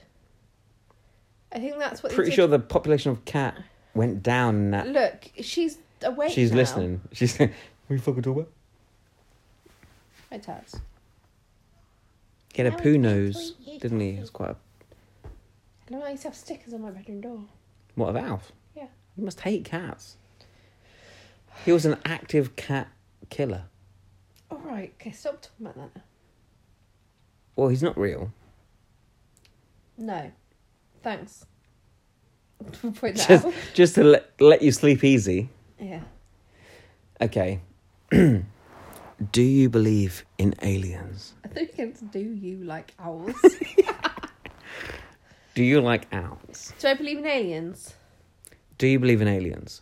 I think that's what. Pretty he did. sure the population of cat went down in that. Look, she's awake. She's now. listening. She's. we fucking talk about. Hi, Tats. He had Now a we poo can nose, tweet you. didn't he? It was quite. A... And I used to have stickers on my bedroom door. What of Alf? Yeah. He must hate cats. He was an active cat killer. All right, okay, stop talking about that. Well, he's not real. No, thanks. For pointing that Just, out. just to let, let you sleep easy. Yeah. Okay. Do you believe in aliens? I think it's do you like owls? Do you like owls? do I believe in aliens? Do you believe in aliens?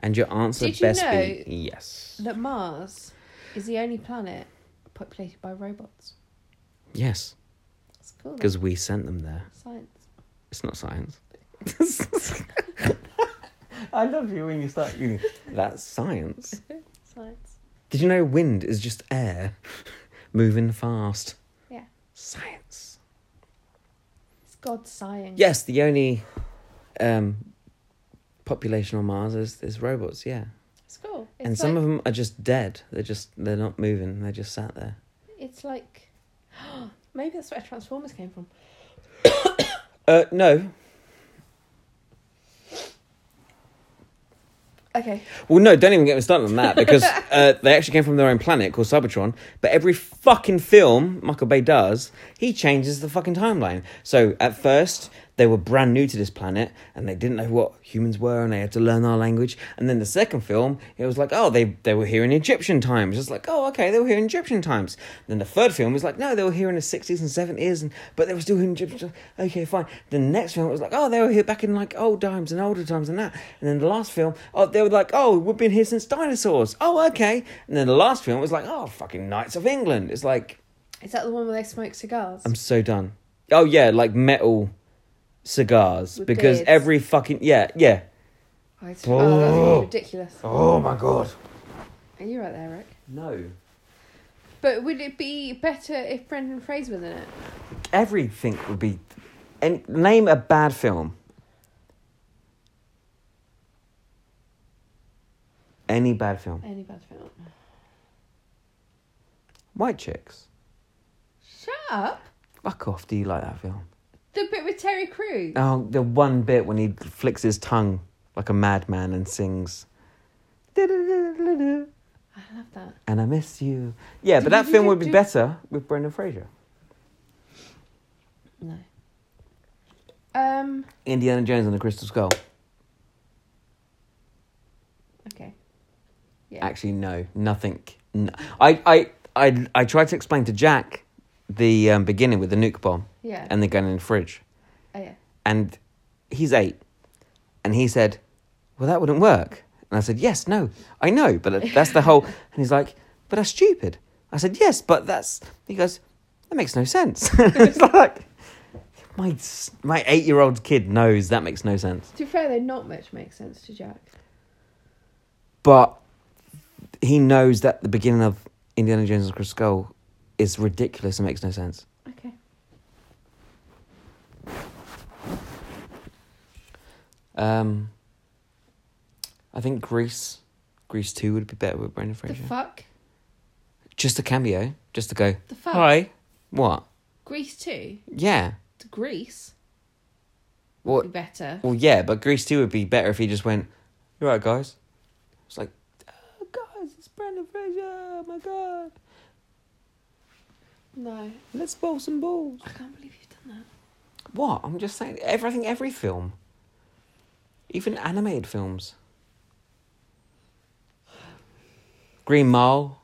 And your answer Did you best be yes. That Mars is the only planet populated by robots. Yes, It's cool. though. because we sent them there. Science. It's not science. I love you when you start uni. That's science. Science. Did you know wind is just air moving fast? Yeah. Science. It's God sighing. Yes, the only um, population on Mars is, is robots. Yeah, It's cool. It's and like, some of them are just dead. They're just they're not moving. They're just sat there. It's like. Maybe that's where Transformers came from. Uh, no. Okay. Well, no. Don't even get me started on that because uh, they actually came from their own planet called Cybertron. But every fucking film Michael Bay does, he changes the fucking timeline. So at first they were brand new to this planet and they didn't know what humans were and they had to learn our language. And then the second film, it was like, oh, they they were here in Egyptian times. It's like, oh, okay, they were here in Egyptian times. Then the third film was like, no, they were here in the sixties and seventies, and but they were still here in Egyptian. times. Okay, fine. The next film was like, oh, they were here back in like old times and older times and that. And then the last film, oh, they were like, oh, we've been here since dinosaurs. Oh, okay. And then the last film was like, oh, fucking Knights of England. It's like Is that the one where they smoke cigars? I'm so done. Oh yeah, like metal cigars With because beards. every fucking yeah yeah. Oh, it's oh, that's Oh. ridiculous. Oh my god. Are you right there, Rick? No. But would it be better if Brendan Fraser was in it? everything would be. And name a bad film. Any bad film. Any bad film? White Chicks. Shut up. Fuck off. Do you like that film? The bit with Terry Crews. Oh, the one bit when he flicks his tongue like a madman and sings. And I love that. I miss you. Yeah, but that film would be better with Brendan Fraser. No. Um. Indiana Jones and the Crystal Skull. Okay. Actually, no, nothing. No. I, I, I, I tried to explain to Jack the um, beginning with the nuke bomb Yeah. and the gun in the fridge, oh yeah. and he's eight, and he said, "Well, that wouldn't work." And I said, "Yes, no, I know, but that's the whole." And he's like, "But that's stupid." I said, "Yes, but that's." He goes, "That makes no sense." it's like my s- my eight year old kid knows that makes no sense. To be fair, though, not much makes sense to Jack. but he knows that the beginning of Indiana Jones and the Crystal Skull is ridiculous and makes no sense. Okay. Um, I think Grease, Grease Two would be better with Brendan The Fraser. fuck. just a cameo, just to go. The fuck. Hi. What? Grease two. Yeah. The Grease. Well, Be better. well, yeah, but Grease Two would be better if he just went. You're right, guys. It's like, oh, guys, it's Brendan Fraser. Oh my god, No. let's bowl some balls. I can't believe you've done that. What? I'm just saying. Every, I think every film. Even animated films. Green Mile.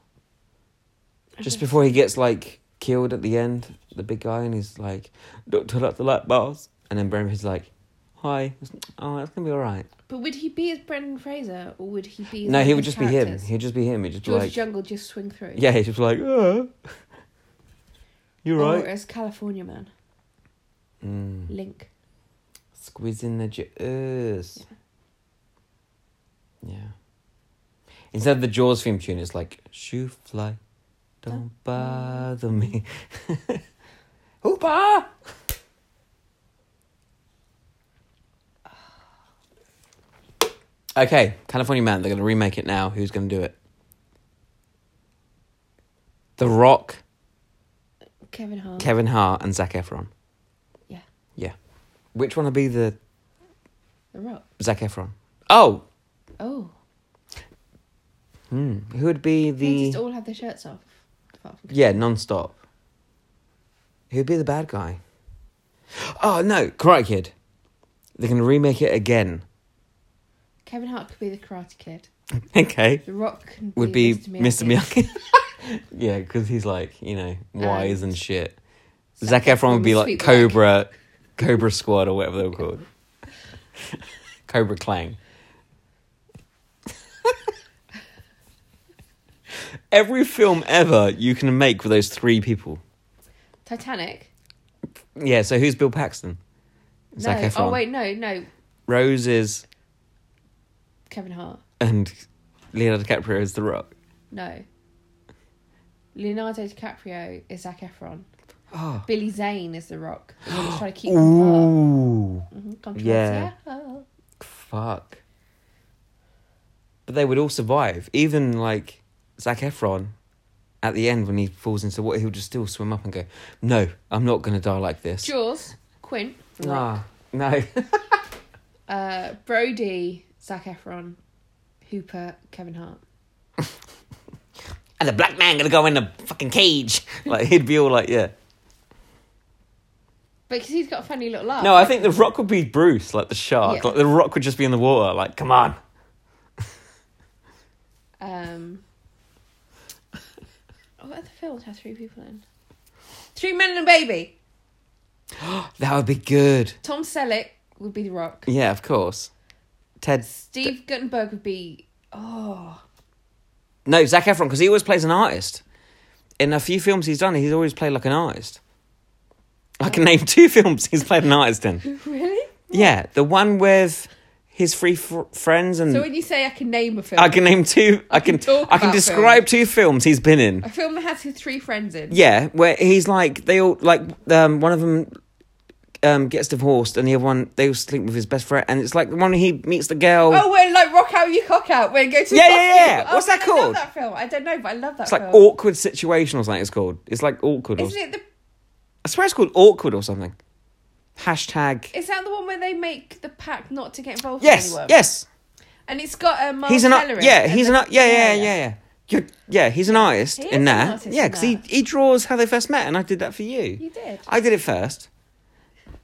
Just before he gets like killed at the end, the big guy, and he's like, "Don't turn up the light bars." And then Brendan's like, "Hi, oh, it's gonna be all right." But would he be as Brendan Fraser or would he be? as no, one he of would his just be him. characters? He'd just be him. He'd just be George like, Jungle just swing through. yeah, he'd just be like, "Uh, you're Or right." as California Man, Mm. Link. Squeezing the jaws. Yeah. Instead of the Jaws theme tune, it's like "Shoe fly, don't bother me." Hoopa! Okay, California Man. They're going to remake it now. Who's going to do it? The Rock, Kevin Hart. Kevin Hart, and Zac Efron. Yeah. Yeah. Which one will be the the Rock. Zac Efron? Oh. Oh, Hmm. Who would be they just the? all have their shirts off. Apart from Yeah, non-stop. Who'd be the bad guy? Oh no, Karate Kid. They're going to remake it again. Kevin Hart could be the Karate Kid. Okay. The Rock can be would be Mr. Mr. Miyagi. Miyagi. yeah, because he's like you know wise and, And shit. Zac Zac Efron would be Efron like with Sweet Cobra, Cobra Squad or whatever they were called. Cobra Clang. Every film ever you can make with those three people. Titanic. Yeah, so who's Bill Paxton? Zac no. Efron. Oh wait, no, no. Roses Kevin Hart. and Leonardo DiCaprio is The Rock. No. Leonardo DiCaprio is Zac Efron. Oh. Billy Zane is The Rock. The one who's trying to keep them Ooh. apart. Mhm, Yeah. controversial. Fuck. But they would all survive. Even like Zac Efron at the end when he falls into the water, he'll just still swim up and go, No, I'm not gonna die like this. Jaws. Quint. The Rock. Ah, no. Uh, Brody. Zac Efron. Hooper. Kevin Hart. and the black man gonna go in the fucking cage. Like he'd be all like, Yeah. Because he's got a funny little laugh. No, I think the rock would be Bruce, like the shark. Yeah. Like the rock would just be in the water, like, come on. Um, what other films have three people in? Three Men and a Baby. That would be good. Tom Selleck would be The Rock. Yeah, of course. Ted Steve Guttenberg would be. Oh. No, Zach Efron, because he always plays an artist. In a few films he's done, he's always played like an artist. I can name two films he's played an artist in. Really? Yeah, the one with his three fr- friends, and So when you say I can name a film, Hmm. I can name two. I can can talk I can about describe two films he's been in. a film that has his three friends in. Yeah, where he's like they all like um one of them um gets divorced, and the other one they all sleep with his best friend, and it's like the one where he meets the girl. Oh, when like rock out your cock out, when go to Yeah, yeah, yeah. Oh, What's that man, I love called? that film. I don't know, but I love that. it's like film. awkward situation or something. It's called. It's like awkward. or Isn't it the? I swear it's called awkward or something. Hashtag. Is that the one where they make the pact not to get involved? Yes, with anyone? yes. And it's got a. Um, He's an ar- yeah. He's an ar- yeah, yeah, yeah, yeah. You're- yeah, he's an artist He is in an that. artist yeah, in because he, that. he draws how they first met, and I did that for you. You did. I did it first,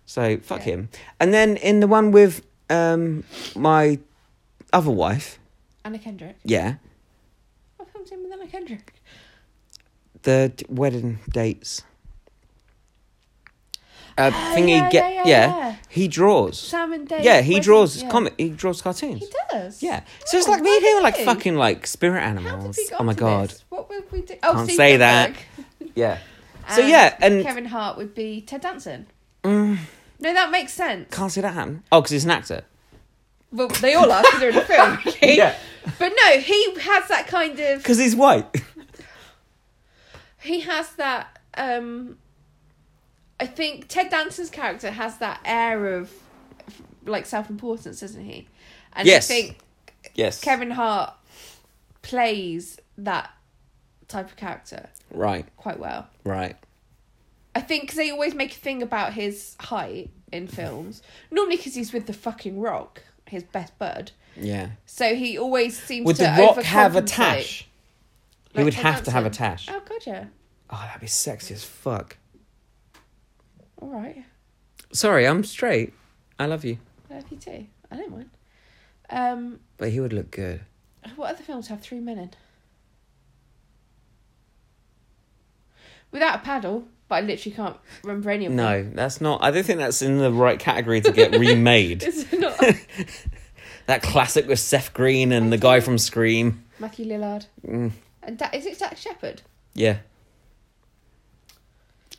so fuck Yeah. him. And then in the one with um my other wife, Anna Kendrick. yeah, What film's in with Anna Kendrick? the d- wedding dates. Uh, Oh, thingy, yeah, get yeah, yeah, yeah, yeah. He draws. Sam and Dave. Yeah, he Wedding- draws yeah. comic. He draws cartoons. He does. Yeah. So it's Oh, like me how and him are like did we? fucking like spirit How did animals. we go Oh my to god. This? What would we do? Oh, Can't Steve say Guttenberg. Yeah. So And yeah, and Um, Kevin Hart would be Ted Danson. Mm. No, that makes sense. can't see that happen. Oh, because he's an actor. Well, they all are because they're in a film. really. Yeah. But no, he has that kind of. Because he's white. He has that. um I think Ted Danson's character has that air of like self-importance, doesn't he? And Yes. I think yes. Kevin Hart plays that type of character Right. quite well. Right. I think 'cause they always make a thing about his height in films, normally because he's with the fucking Rock, his best bud. Yeah. So he always seems Would to the Rock have a overcompensate, tash? He like would Ted have to have a Danson. tash. Oh god, yeah. Oh, that'd be sexy as fuck. All right, Sorry, I'm straight. I love you. I love you too. I don't mind. Um, But he would look good. what other films have three men in? Without a paddle, but I literally can't remember any of them. No, that's not. I don't think that's in the right category to get remade. It's not That classic with Seth Green and the guy from Scream. Matthew Lillard. Mm, And da- is it Dax Shepard? yeah.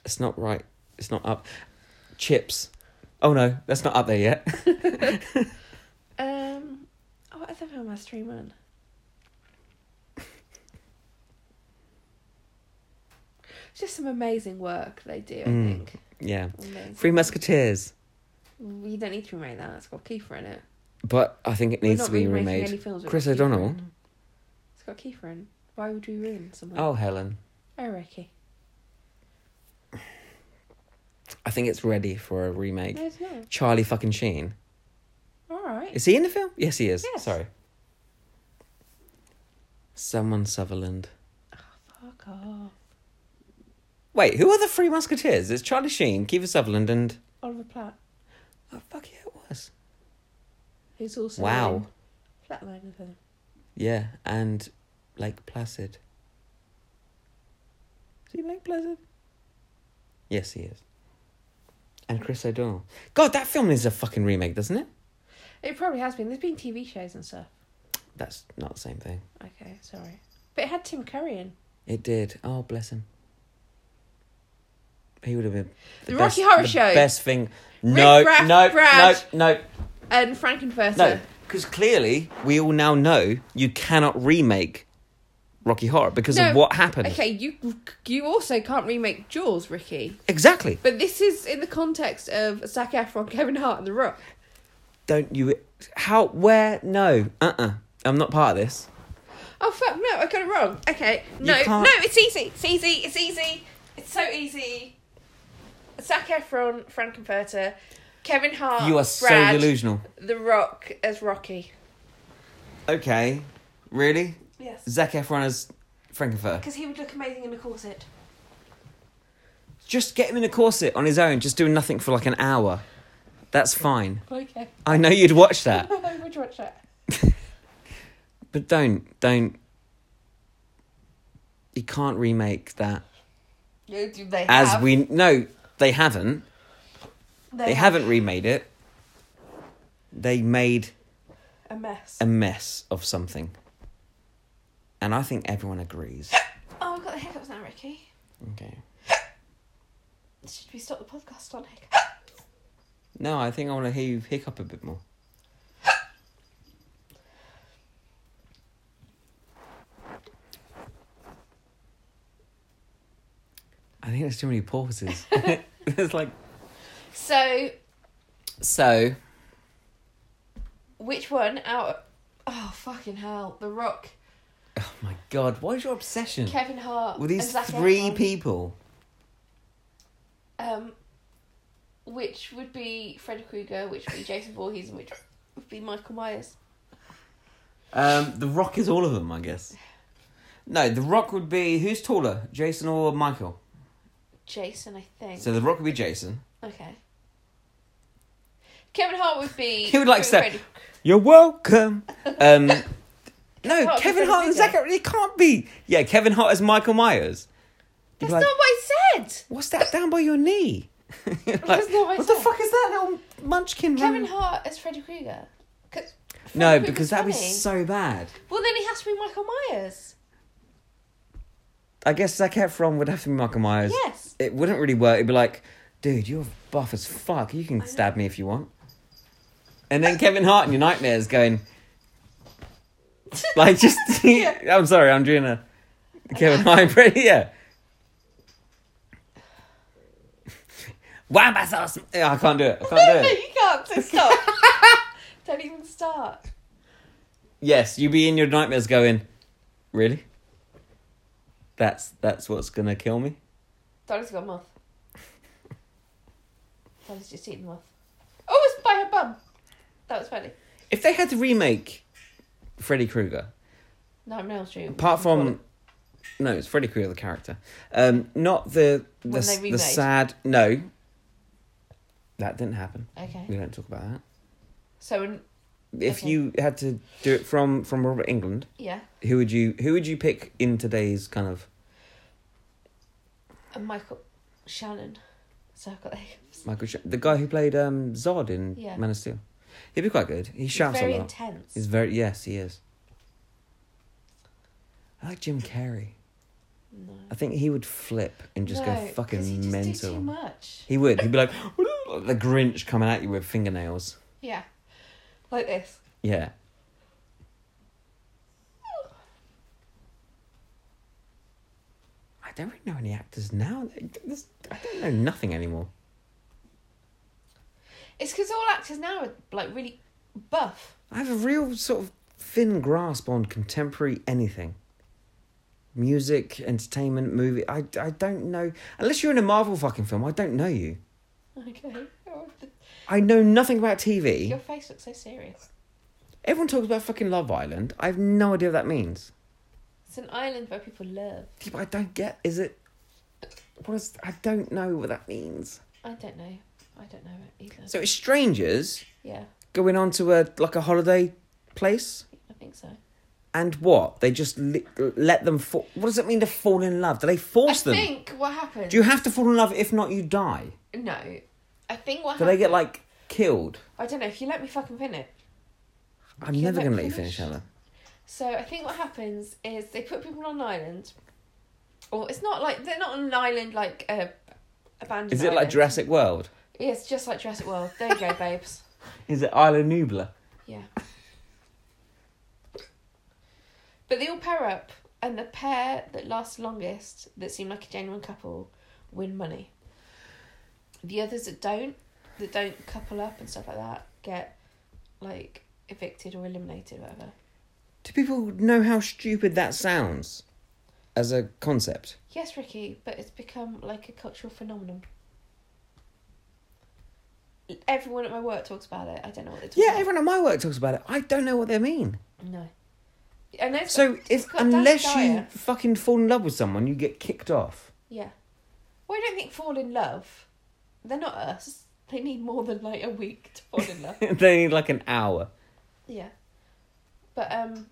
It's not right. It's not up. Chips. Oh no, that's not up there yet. Um, oh, what other film has three men? It's just some amazing work they do, I Mm. think. Yeah. Amazing. Three Musketeers. You don't need to remake that. It's got Kiefer in it. But I think it We're needs not to be remaking remade. any films with Chris Kiefer in. O'Donnell. It's got Kiefer in. Why would we ruin someone? Oh, Helen. oh Ricky. I think it's ready for a remake. No, it's not. Charlie fucking Sheen. All right. Is he in the film? Yes, he is. Yes. Sorry. Someone Sutherland. Fuck off. Wait, who are the three musketeers? It's Charlie Sheen, Kiefer Sutherland, and Oliver Platt, oh fuck yeah, it was. who's also Wow. in Flatline with him. Yeah, and Lake Placid. Is he Lake Placid? Yes, he is. And Chris O'Donnell. God, that film needs a fucking remake, doesn't it? It probably has been. There's been TV shows and stuff. That's not the same thing. Okay, sorry. But it had Tim Curry in. It did. Oh, bless him. He would have been The Rocky Horror the Show. Best thing. No, Raff no, no, Brad. no, And Frankenfurter. No, because clearly we all now know you cannot remake Rocky Horror because No. of what happened. Okay, you you also can't remake Jaws, Ricky. Exactly. But this is in the context of Zac Efron, Kevin Hart, and The Rock. Don't you? How? Where? No. Uh. uh I'm not part of this. Oh fuck! No, I got it wrong. Okay, no, can't- no, it's easy. It's easy. It's easy. It's so easy. Zac Efron, Frankenfurter, Kevin Hart, you are Brad, so delusional. The Rock as Rocky. Okay. Really? Yes, Zac Efron as Frankenfurter. because he would look amazing in a corset. Just get him in a corset on his own, just doing nothing for like an hour. That's fine. Okay, I know you'd watch that, I would watch that. but don't, don't. You can't remake that. Yeah, do they As have- we no, they haven't. they, They have haven't remade it. They made a mess. a mess of something. And I think everyone agrees. oh, I've got the hiccups now, Ricky. Okay. Should we stop the podcast on hiccups? No, I think I want to hear you hiccup a bit more. I think there's too many pauses. there's like. So, So. which one out? Oh fucking hell! The Rock, Oh my god, what is your obsession? Kevin Hart, With and these Zac three Efron. people. Um, which would be Freddy Krueger, which would be Jason Voorhees, and which would be Michael Myers. Um, the Rock is all of them, I guess. No, The Rock would be who's taller, Jason or Michael? Jason, I think. So The Rock would be Jason. okay. Kevin Hart would be. He would like Fre- step- Freddy- You're welcome. Um, no, Hart Kevin is Hart bigger. and Zac Efron. It can't be. Yeah, Kevin Hart as Michael Myers. That's You'd be like, not what I said. What's that down by your knee? Like, That's not what I what the said. fuck is that little munchkin? Kevin running- Hart as Freddy Krueger. 'Cause Freddy Um, No, Krueger's because that'd be funny. so bad. Well, then it has to be Michael Myers. I guess Zac Efron would have to be Michael Myers. Yes. It wouldn't really work. It'd be like, dude, you're buff as fuck. You can stab me if you want. And then Kevin Hart in your nightmares going, like, just. I'm sorry, I'm doing a Kevin Hart impression. Yeah. Wamba sauce. Yeah, I can't do it. I can't do it. you can't. So stop. Don't even start. Yes, you be in your nightmares going, really? That's that's what's gonna kill me. Dolly's got a moth. Dolly's just eaten the moth. Oh, it's by her bum. That was funny. If they had to remake Freddy Krueger, Nightmare on Elm Street. apart from no, it's Freddy Krueger the character, um, not the the, When they s- the remade. sad no. That didn't happen. Okay. We don't talk about that. So an If Okay. you had to do it from from Robert England, Yeah. who would you who would you pick in today's kind of And Michael Shannon. So I've got the hiccups. Michael, Sh- the guy who played um, Zod in Yeah. Man of Steel? He'd be quite good. He shouts Very a lot. intense. He's very yes, he is. I like Jim Carrey. No. I think he would flip and just No, go 'cause fucking he just mental. did too much. He would. He'd be like, like the Grinch coming at you with fingernails. Yeah. Like this. Yeah. I don't really know any actors now. There's- I don't know nothing anymore. It's because all actors now are like really buff. I have a real sort of thin grasp on contemporary anything. Music, entertainment, movie. I, I don't know. Unless you're in a Marvel fucking film, I don't know you. Okay. Oh, the- I know nothing about Your TV. face looks so serious. Everyone talks about fucking Love Island. I have no idea what that means. It's an island where people love. Yeah, but I don't get. Is it? What is? I don't know what that means. I don't know. I don't know it either. So it's strangers yeah, going on to a like a holiday place, I think so. and what they just li- let them fall. What does it mean to fall in love? Do they force I them? think what happened. Do you have to fall in love? If not, you die. no, I think what Do happened. they get like killed? I don't know if you let me fucking pin it. I'm Kill never that gonna let you finish. finish, Ella. So I think what happens is they put people on an island, or it's not like they're not on an island like a abandoned. Is it like island. Jurassic World? Yeah, it's just like Jurassic World. There you go, babes. Is it Isla Nubla? Yeah. But they all pair up, and the pair that lasts longest, that seem like a genuine couple, win money. The others that don't, that don't couple up and stuff like that, get like evicted or eliminated, whatever. Do people know how stupid that sounds as a concept? Yes, Ricky, but it's become like a cultural phenomenon. Everyone at my work talks about it. I don't know what they're talking Yeah, about. everyone at my work talks about it. I don't know what they mean. No. I know it's So got- it's if got Dan unless you Dyer. fucking fall in love with someone, you get kicked off. Yeah. Well, I don't think fall in love. They're not us. They need more than like a week to fall in love. they need like an hour. yeah. But um,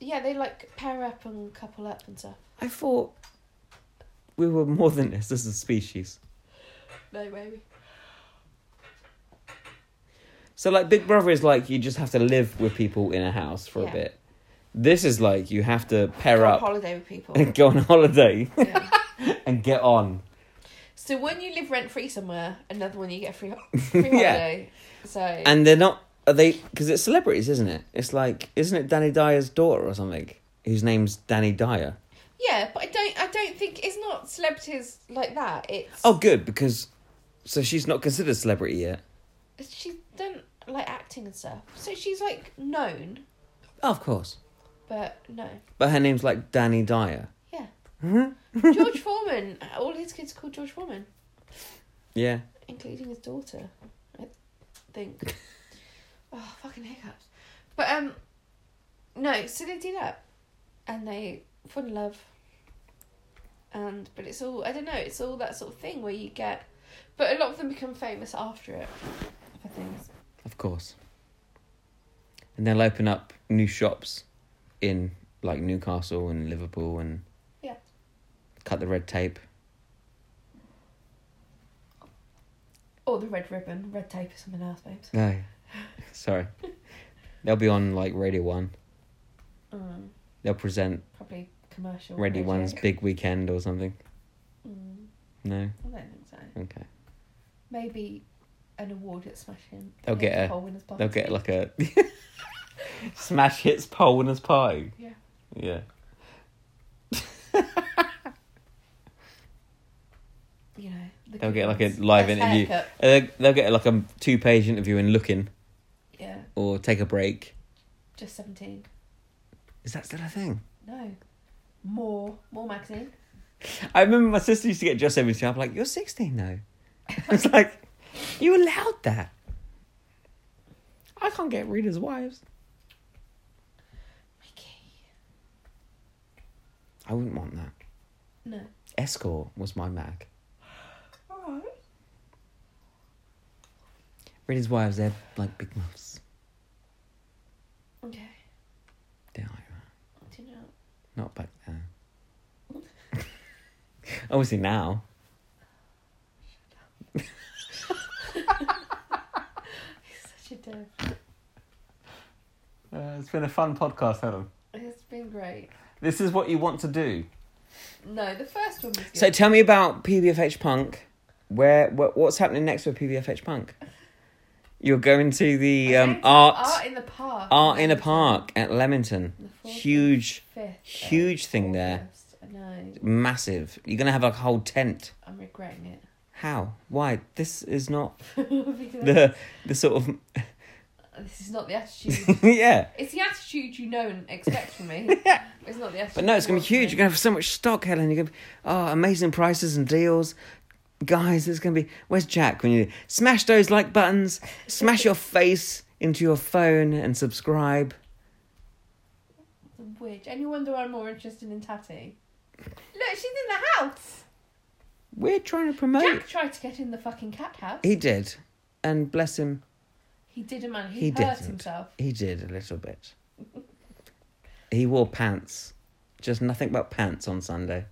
yeah, they like pair up and couple up and stuff. I thought we were more than this as a species. No, maybe. So like Big Brother is like you just have to live with people in a house for Yeah. a bit. This is like you have to Go pair on up holiday with people. and go on holiday yeah. and get on. So when you live rent free somewhere, another one you get a free, ho- free Yeah. holiday. So And they're not are they because it's celebrities, isn't it? It's like isn't it Danny Dyer's daughter or something whose name's Danny Dyer? yeah, but I don't. I don't think it's not celebrities like that. It's Oh, good because so she's not considered celebrity yet. she's done like acting and stuff. So she's like known, Oh, of course. but no. But her name's like Danny Dyer. Yeah. Mhm. George Foreman. All his kids are called George Foreman, Yeah. including his daughter, I think. oh, fucking hiccups. But um, no. So they do that, and they fall in love. And but it's all I don't know. It's all that sort of thing where you get, but a lot of them become famous after it for things. Of course. And they'll open up new shops in like Newcastle and Liverpool and Yeah. cut the red tape. Or the red ribbon, red tape, or something else, babes. No. Sorry. They'll be on like Radio 1. Um, They'll present probably commercial. Radio radio. 1's Big Weekend or something. Mm, No. I don't think so. Okay. maybe an award at Smashing. They'll get Hits a- Poll Winners Party. They'll get like a smash hits poll winners party. Yeah. Yeah. You know. the They'll get like a coupons. live Best interview. haircut. Uh, They'll get like a two page interview in Looking Yeah, or Take a Break. just seventeen. Is that still a thing? No, more, more magazine. I remember my sister used to get just 17. I'm like, you're 16 now. it's like, you allowed that. I can't get readers' wives. Mickey. I wouldn't want that. No. Escort was my mag. Alright. Readers' wives, they're like big muffs. Not back there. Obviously now. Such a dick. Uh, it's been a fun podcast, Helen. It's been great. This is what you want to do. No, the first one was good. So tell me about PBFH Punk. Where what, what's happening next with PBFH Punk? You're going to the I um, went to art, art art in the park. in a park at Leamington. On the fourth and Huge, fifth huge of thing there. August. I know. massive. You're gonna have like a whole tent. I'm regretting it. How? Why? This is not Because the the sort of this is not the attitude. yeah. It's the attitude you know and expect from me. It's not the attitude. But no, it's gonna you want be huge. from You're me. gonna have so much stock, Helen. You're gonna oh amazing prices and deals. Guys, it's gonna be where's Jack when you smash those like buttons, smash your face into your phone and subscribe. The witch. Any wonder I'm more interested in Tatty? Look, she's in the house. We're trying to promote Jack tried to get in the fucking cat house. He, He did. And bless him, did a man. He, he hurt didn't. himself. he did a little bit. he wore pants. Just nothing but pants on Sunday.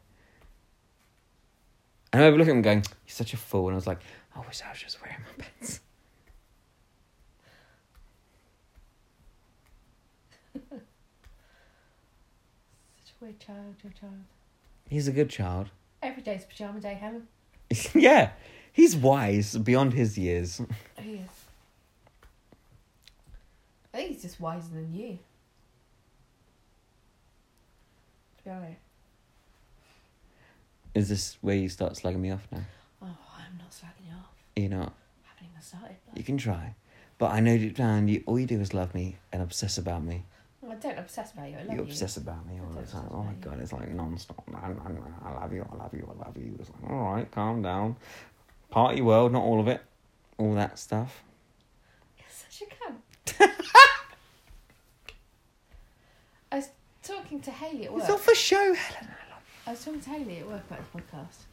And I remember looking at him going, You're such a fool. And I was like, I wish I was just wearing my pants. Such a weird child, your child. He's a good child. Every day's pajama day, Helen. yeah. He's wise beyond his years. He is. I think he's just wiser than you. To be honest. Is this where you start slagging me off now? Oh, I'm not slagging you off. You're not. I haven't even started. You can try. But I know deep down, you, all you do is love me and obsess about me. Well, I don't obsess about you. I love you you. obsess about me all the That's time. obsessed Oh my about you. god, it's like non-stop. I, I, I love you, I love you, I love you. It's like, all right, calm down. Party world, not all of it. All that stuff. You're such a cunt. I was talking to Haley at work. It's all for show, Helen. I was talking to Haley at work about this podcast,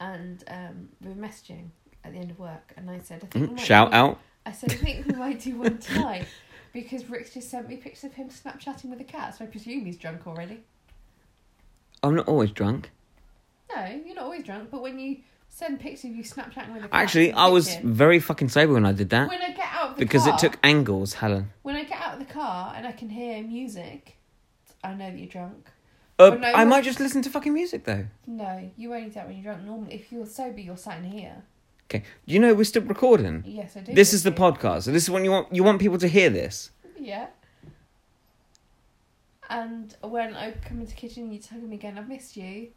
and um, we were messaging at the end of work, and I said, I think we might Mm, Shout do- out. I said, I think we might do one tonight because Rick's just sent me pictures of him Snapchatting with a cat, so I presume he's drunk already. I'm not always drunk. No, you're not always drunk, but when you send pictures of you Snapchatting with a cat, Actually, in the I was kitchen, very fucking sober when I did that When I get out of the because car, it took angles, Helen. When I get out of the car and I can hear music, I know that you're drunk. Uh, Well, no, I you- might just listen to fucking music though. No, you only do that when you're drunk. Normally, if you're sober, you're sat in here. Okay. Do you know we're still recording? Yes, I do. This is the Ricky. podcast. So this is when you want you want people to hear this. Yeah. And when I come into the kitchen, you tell me again, I've missed you.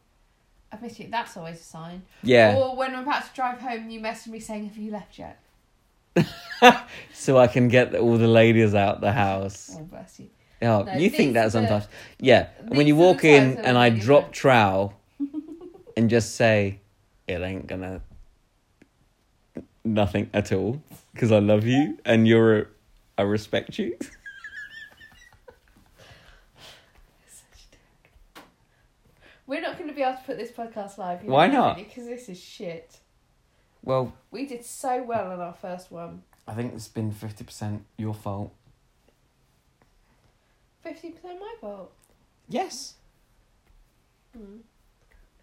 I've missed you. That's always a sign. Yeah. Or when I'm about to drive home, you message me saying, Have you left yet? So I can get all the ladies out the house. Oh, bless you. Oh, No, you these think are that the- sometimes. yeah. uh, When these you are the walk in times that and I I think drop that- trowel and just say, it ain't gonna. Nothing at all. Because I love you and you're a. I respect you. We're not going to be able to put this podcast live. Why not? Because this is shit. Well, We did so well on our first one. I think it's been 50% your fault. 50% my fault. Yes. Mm.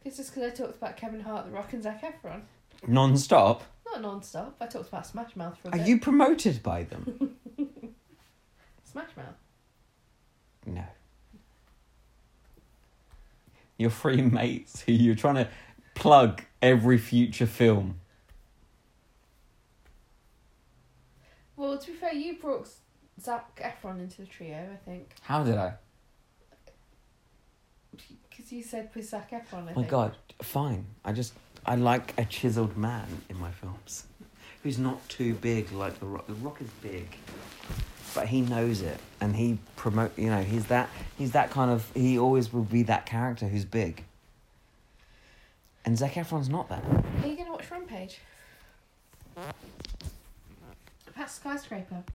It's just because I talked about Kevin Hart, The Rock, and Zac Efron. Non stop. Not non-stop. I talked about Smash Mouth for a Are bit. you promoted by them? Smash Mouth. no. Your three mates who you're trying to plug every future film. Well, to be fair, you brought Zac Efron into the trio, I think, How did I? because you said with Zac Efron. I my think. Oh god, fine. I just I like a chiseled man in my films, who's not too big like the Rock. The Rock is big, but he knows it, and he promote. You know, he's that. He's that kind of. He always will be that character who's big. And Zac Efron's not that. Are you going to watch Rampage? That's skyscraper.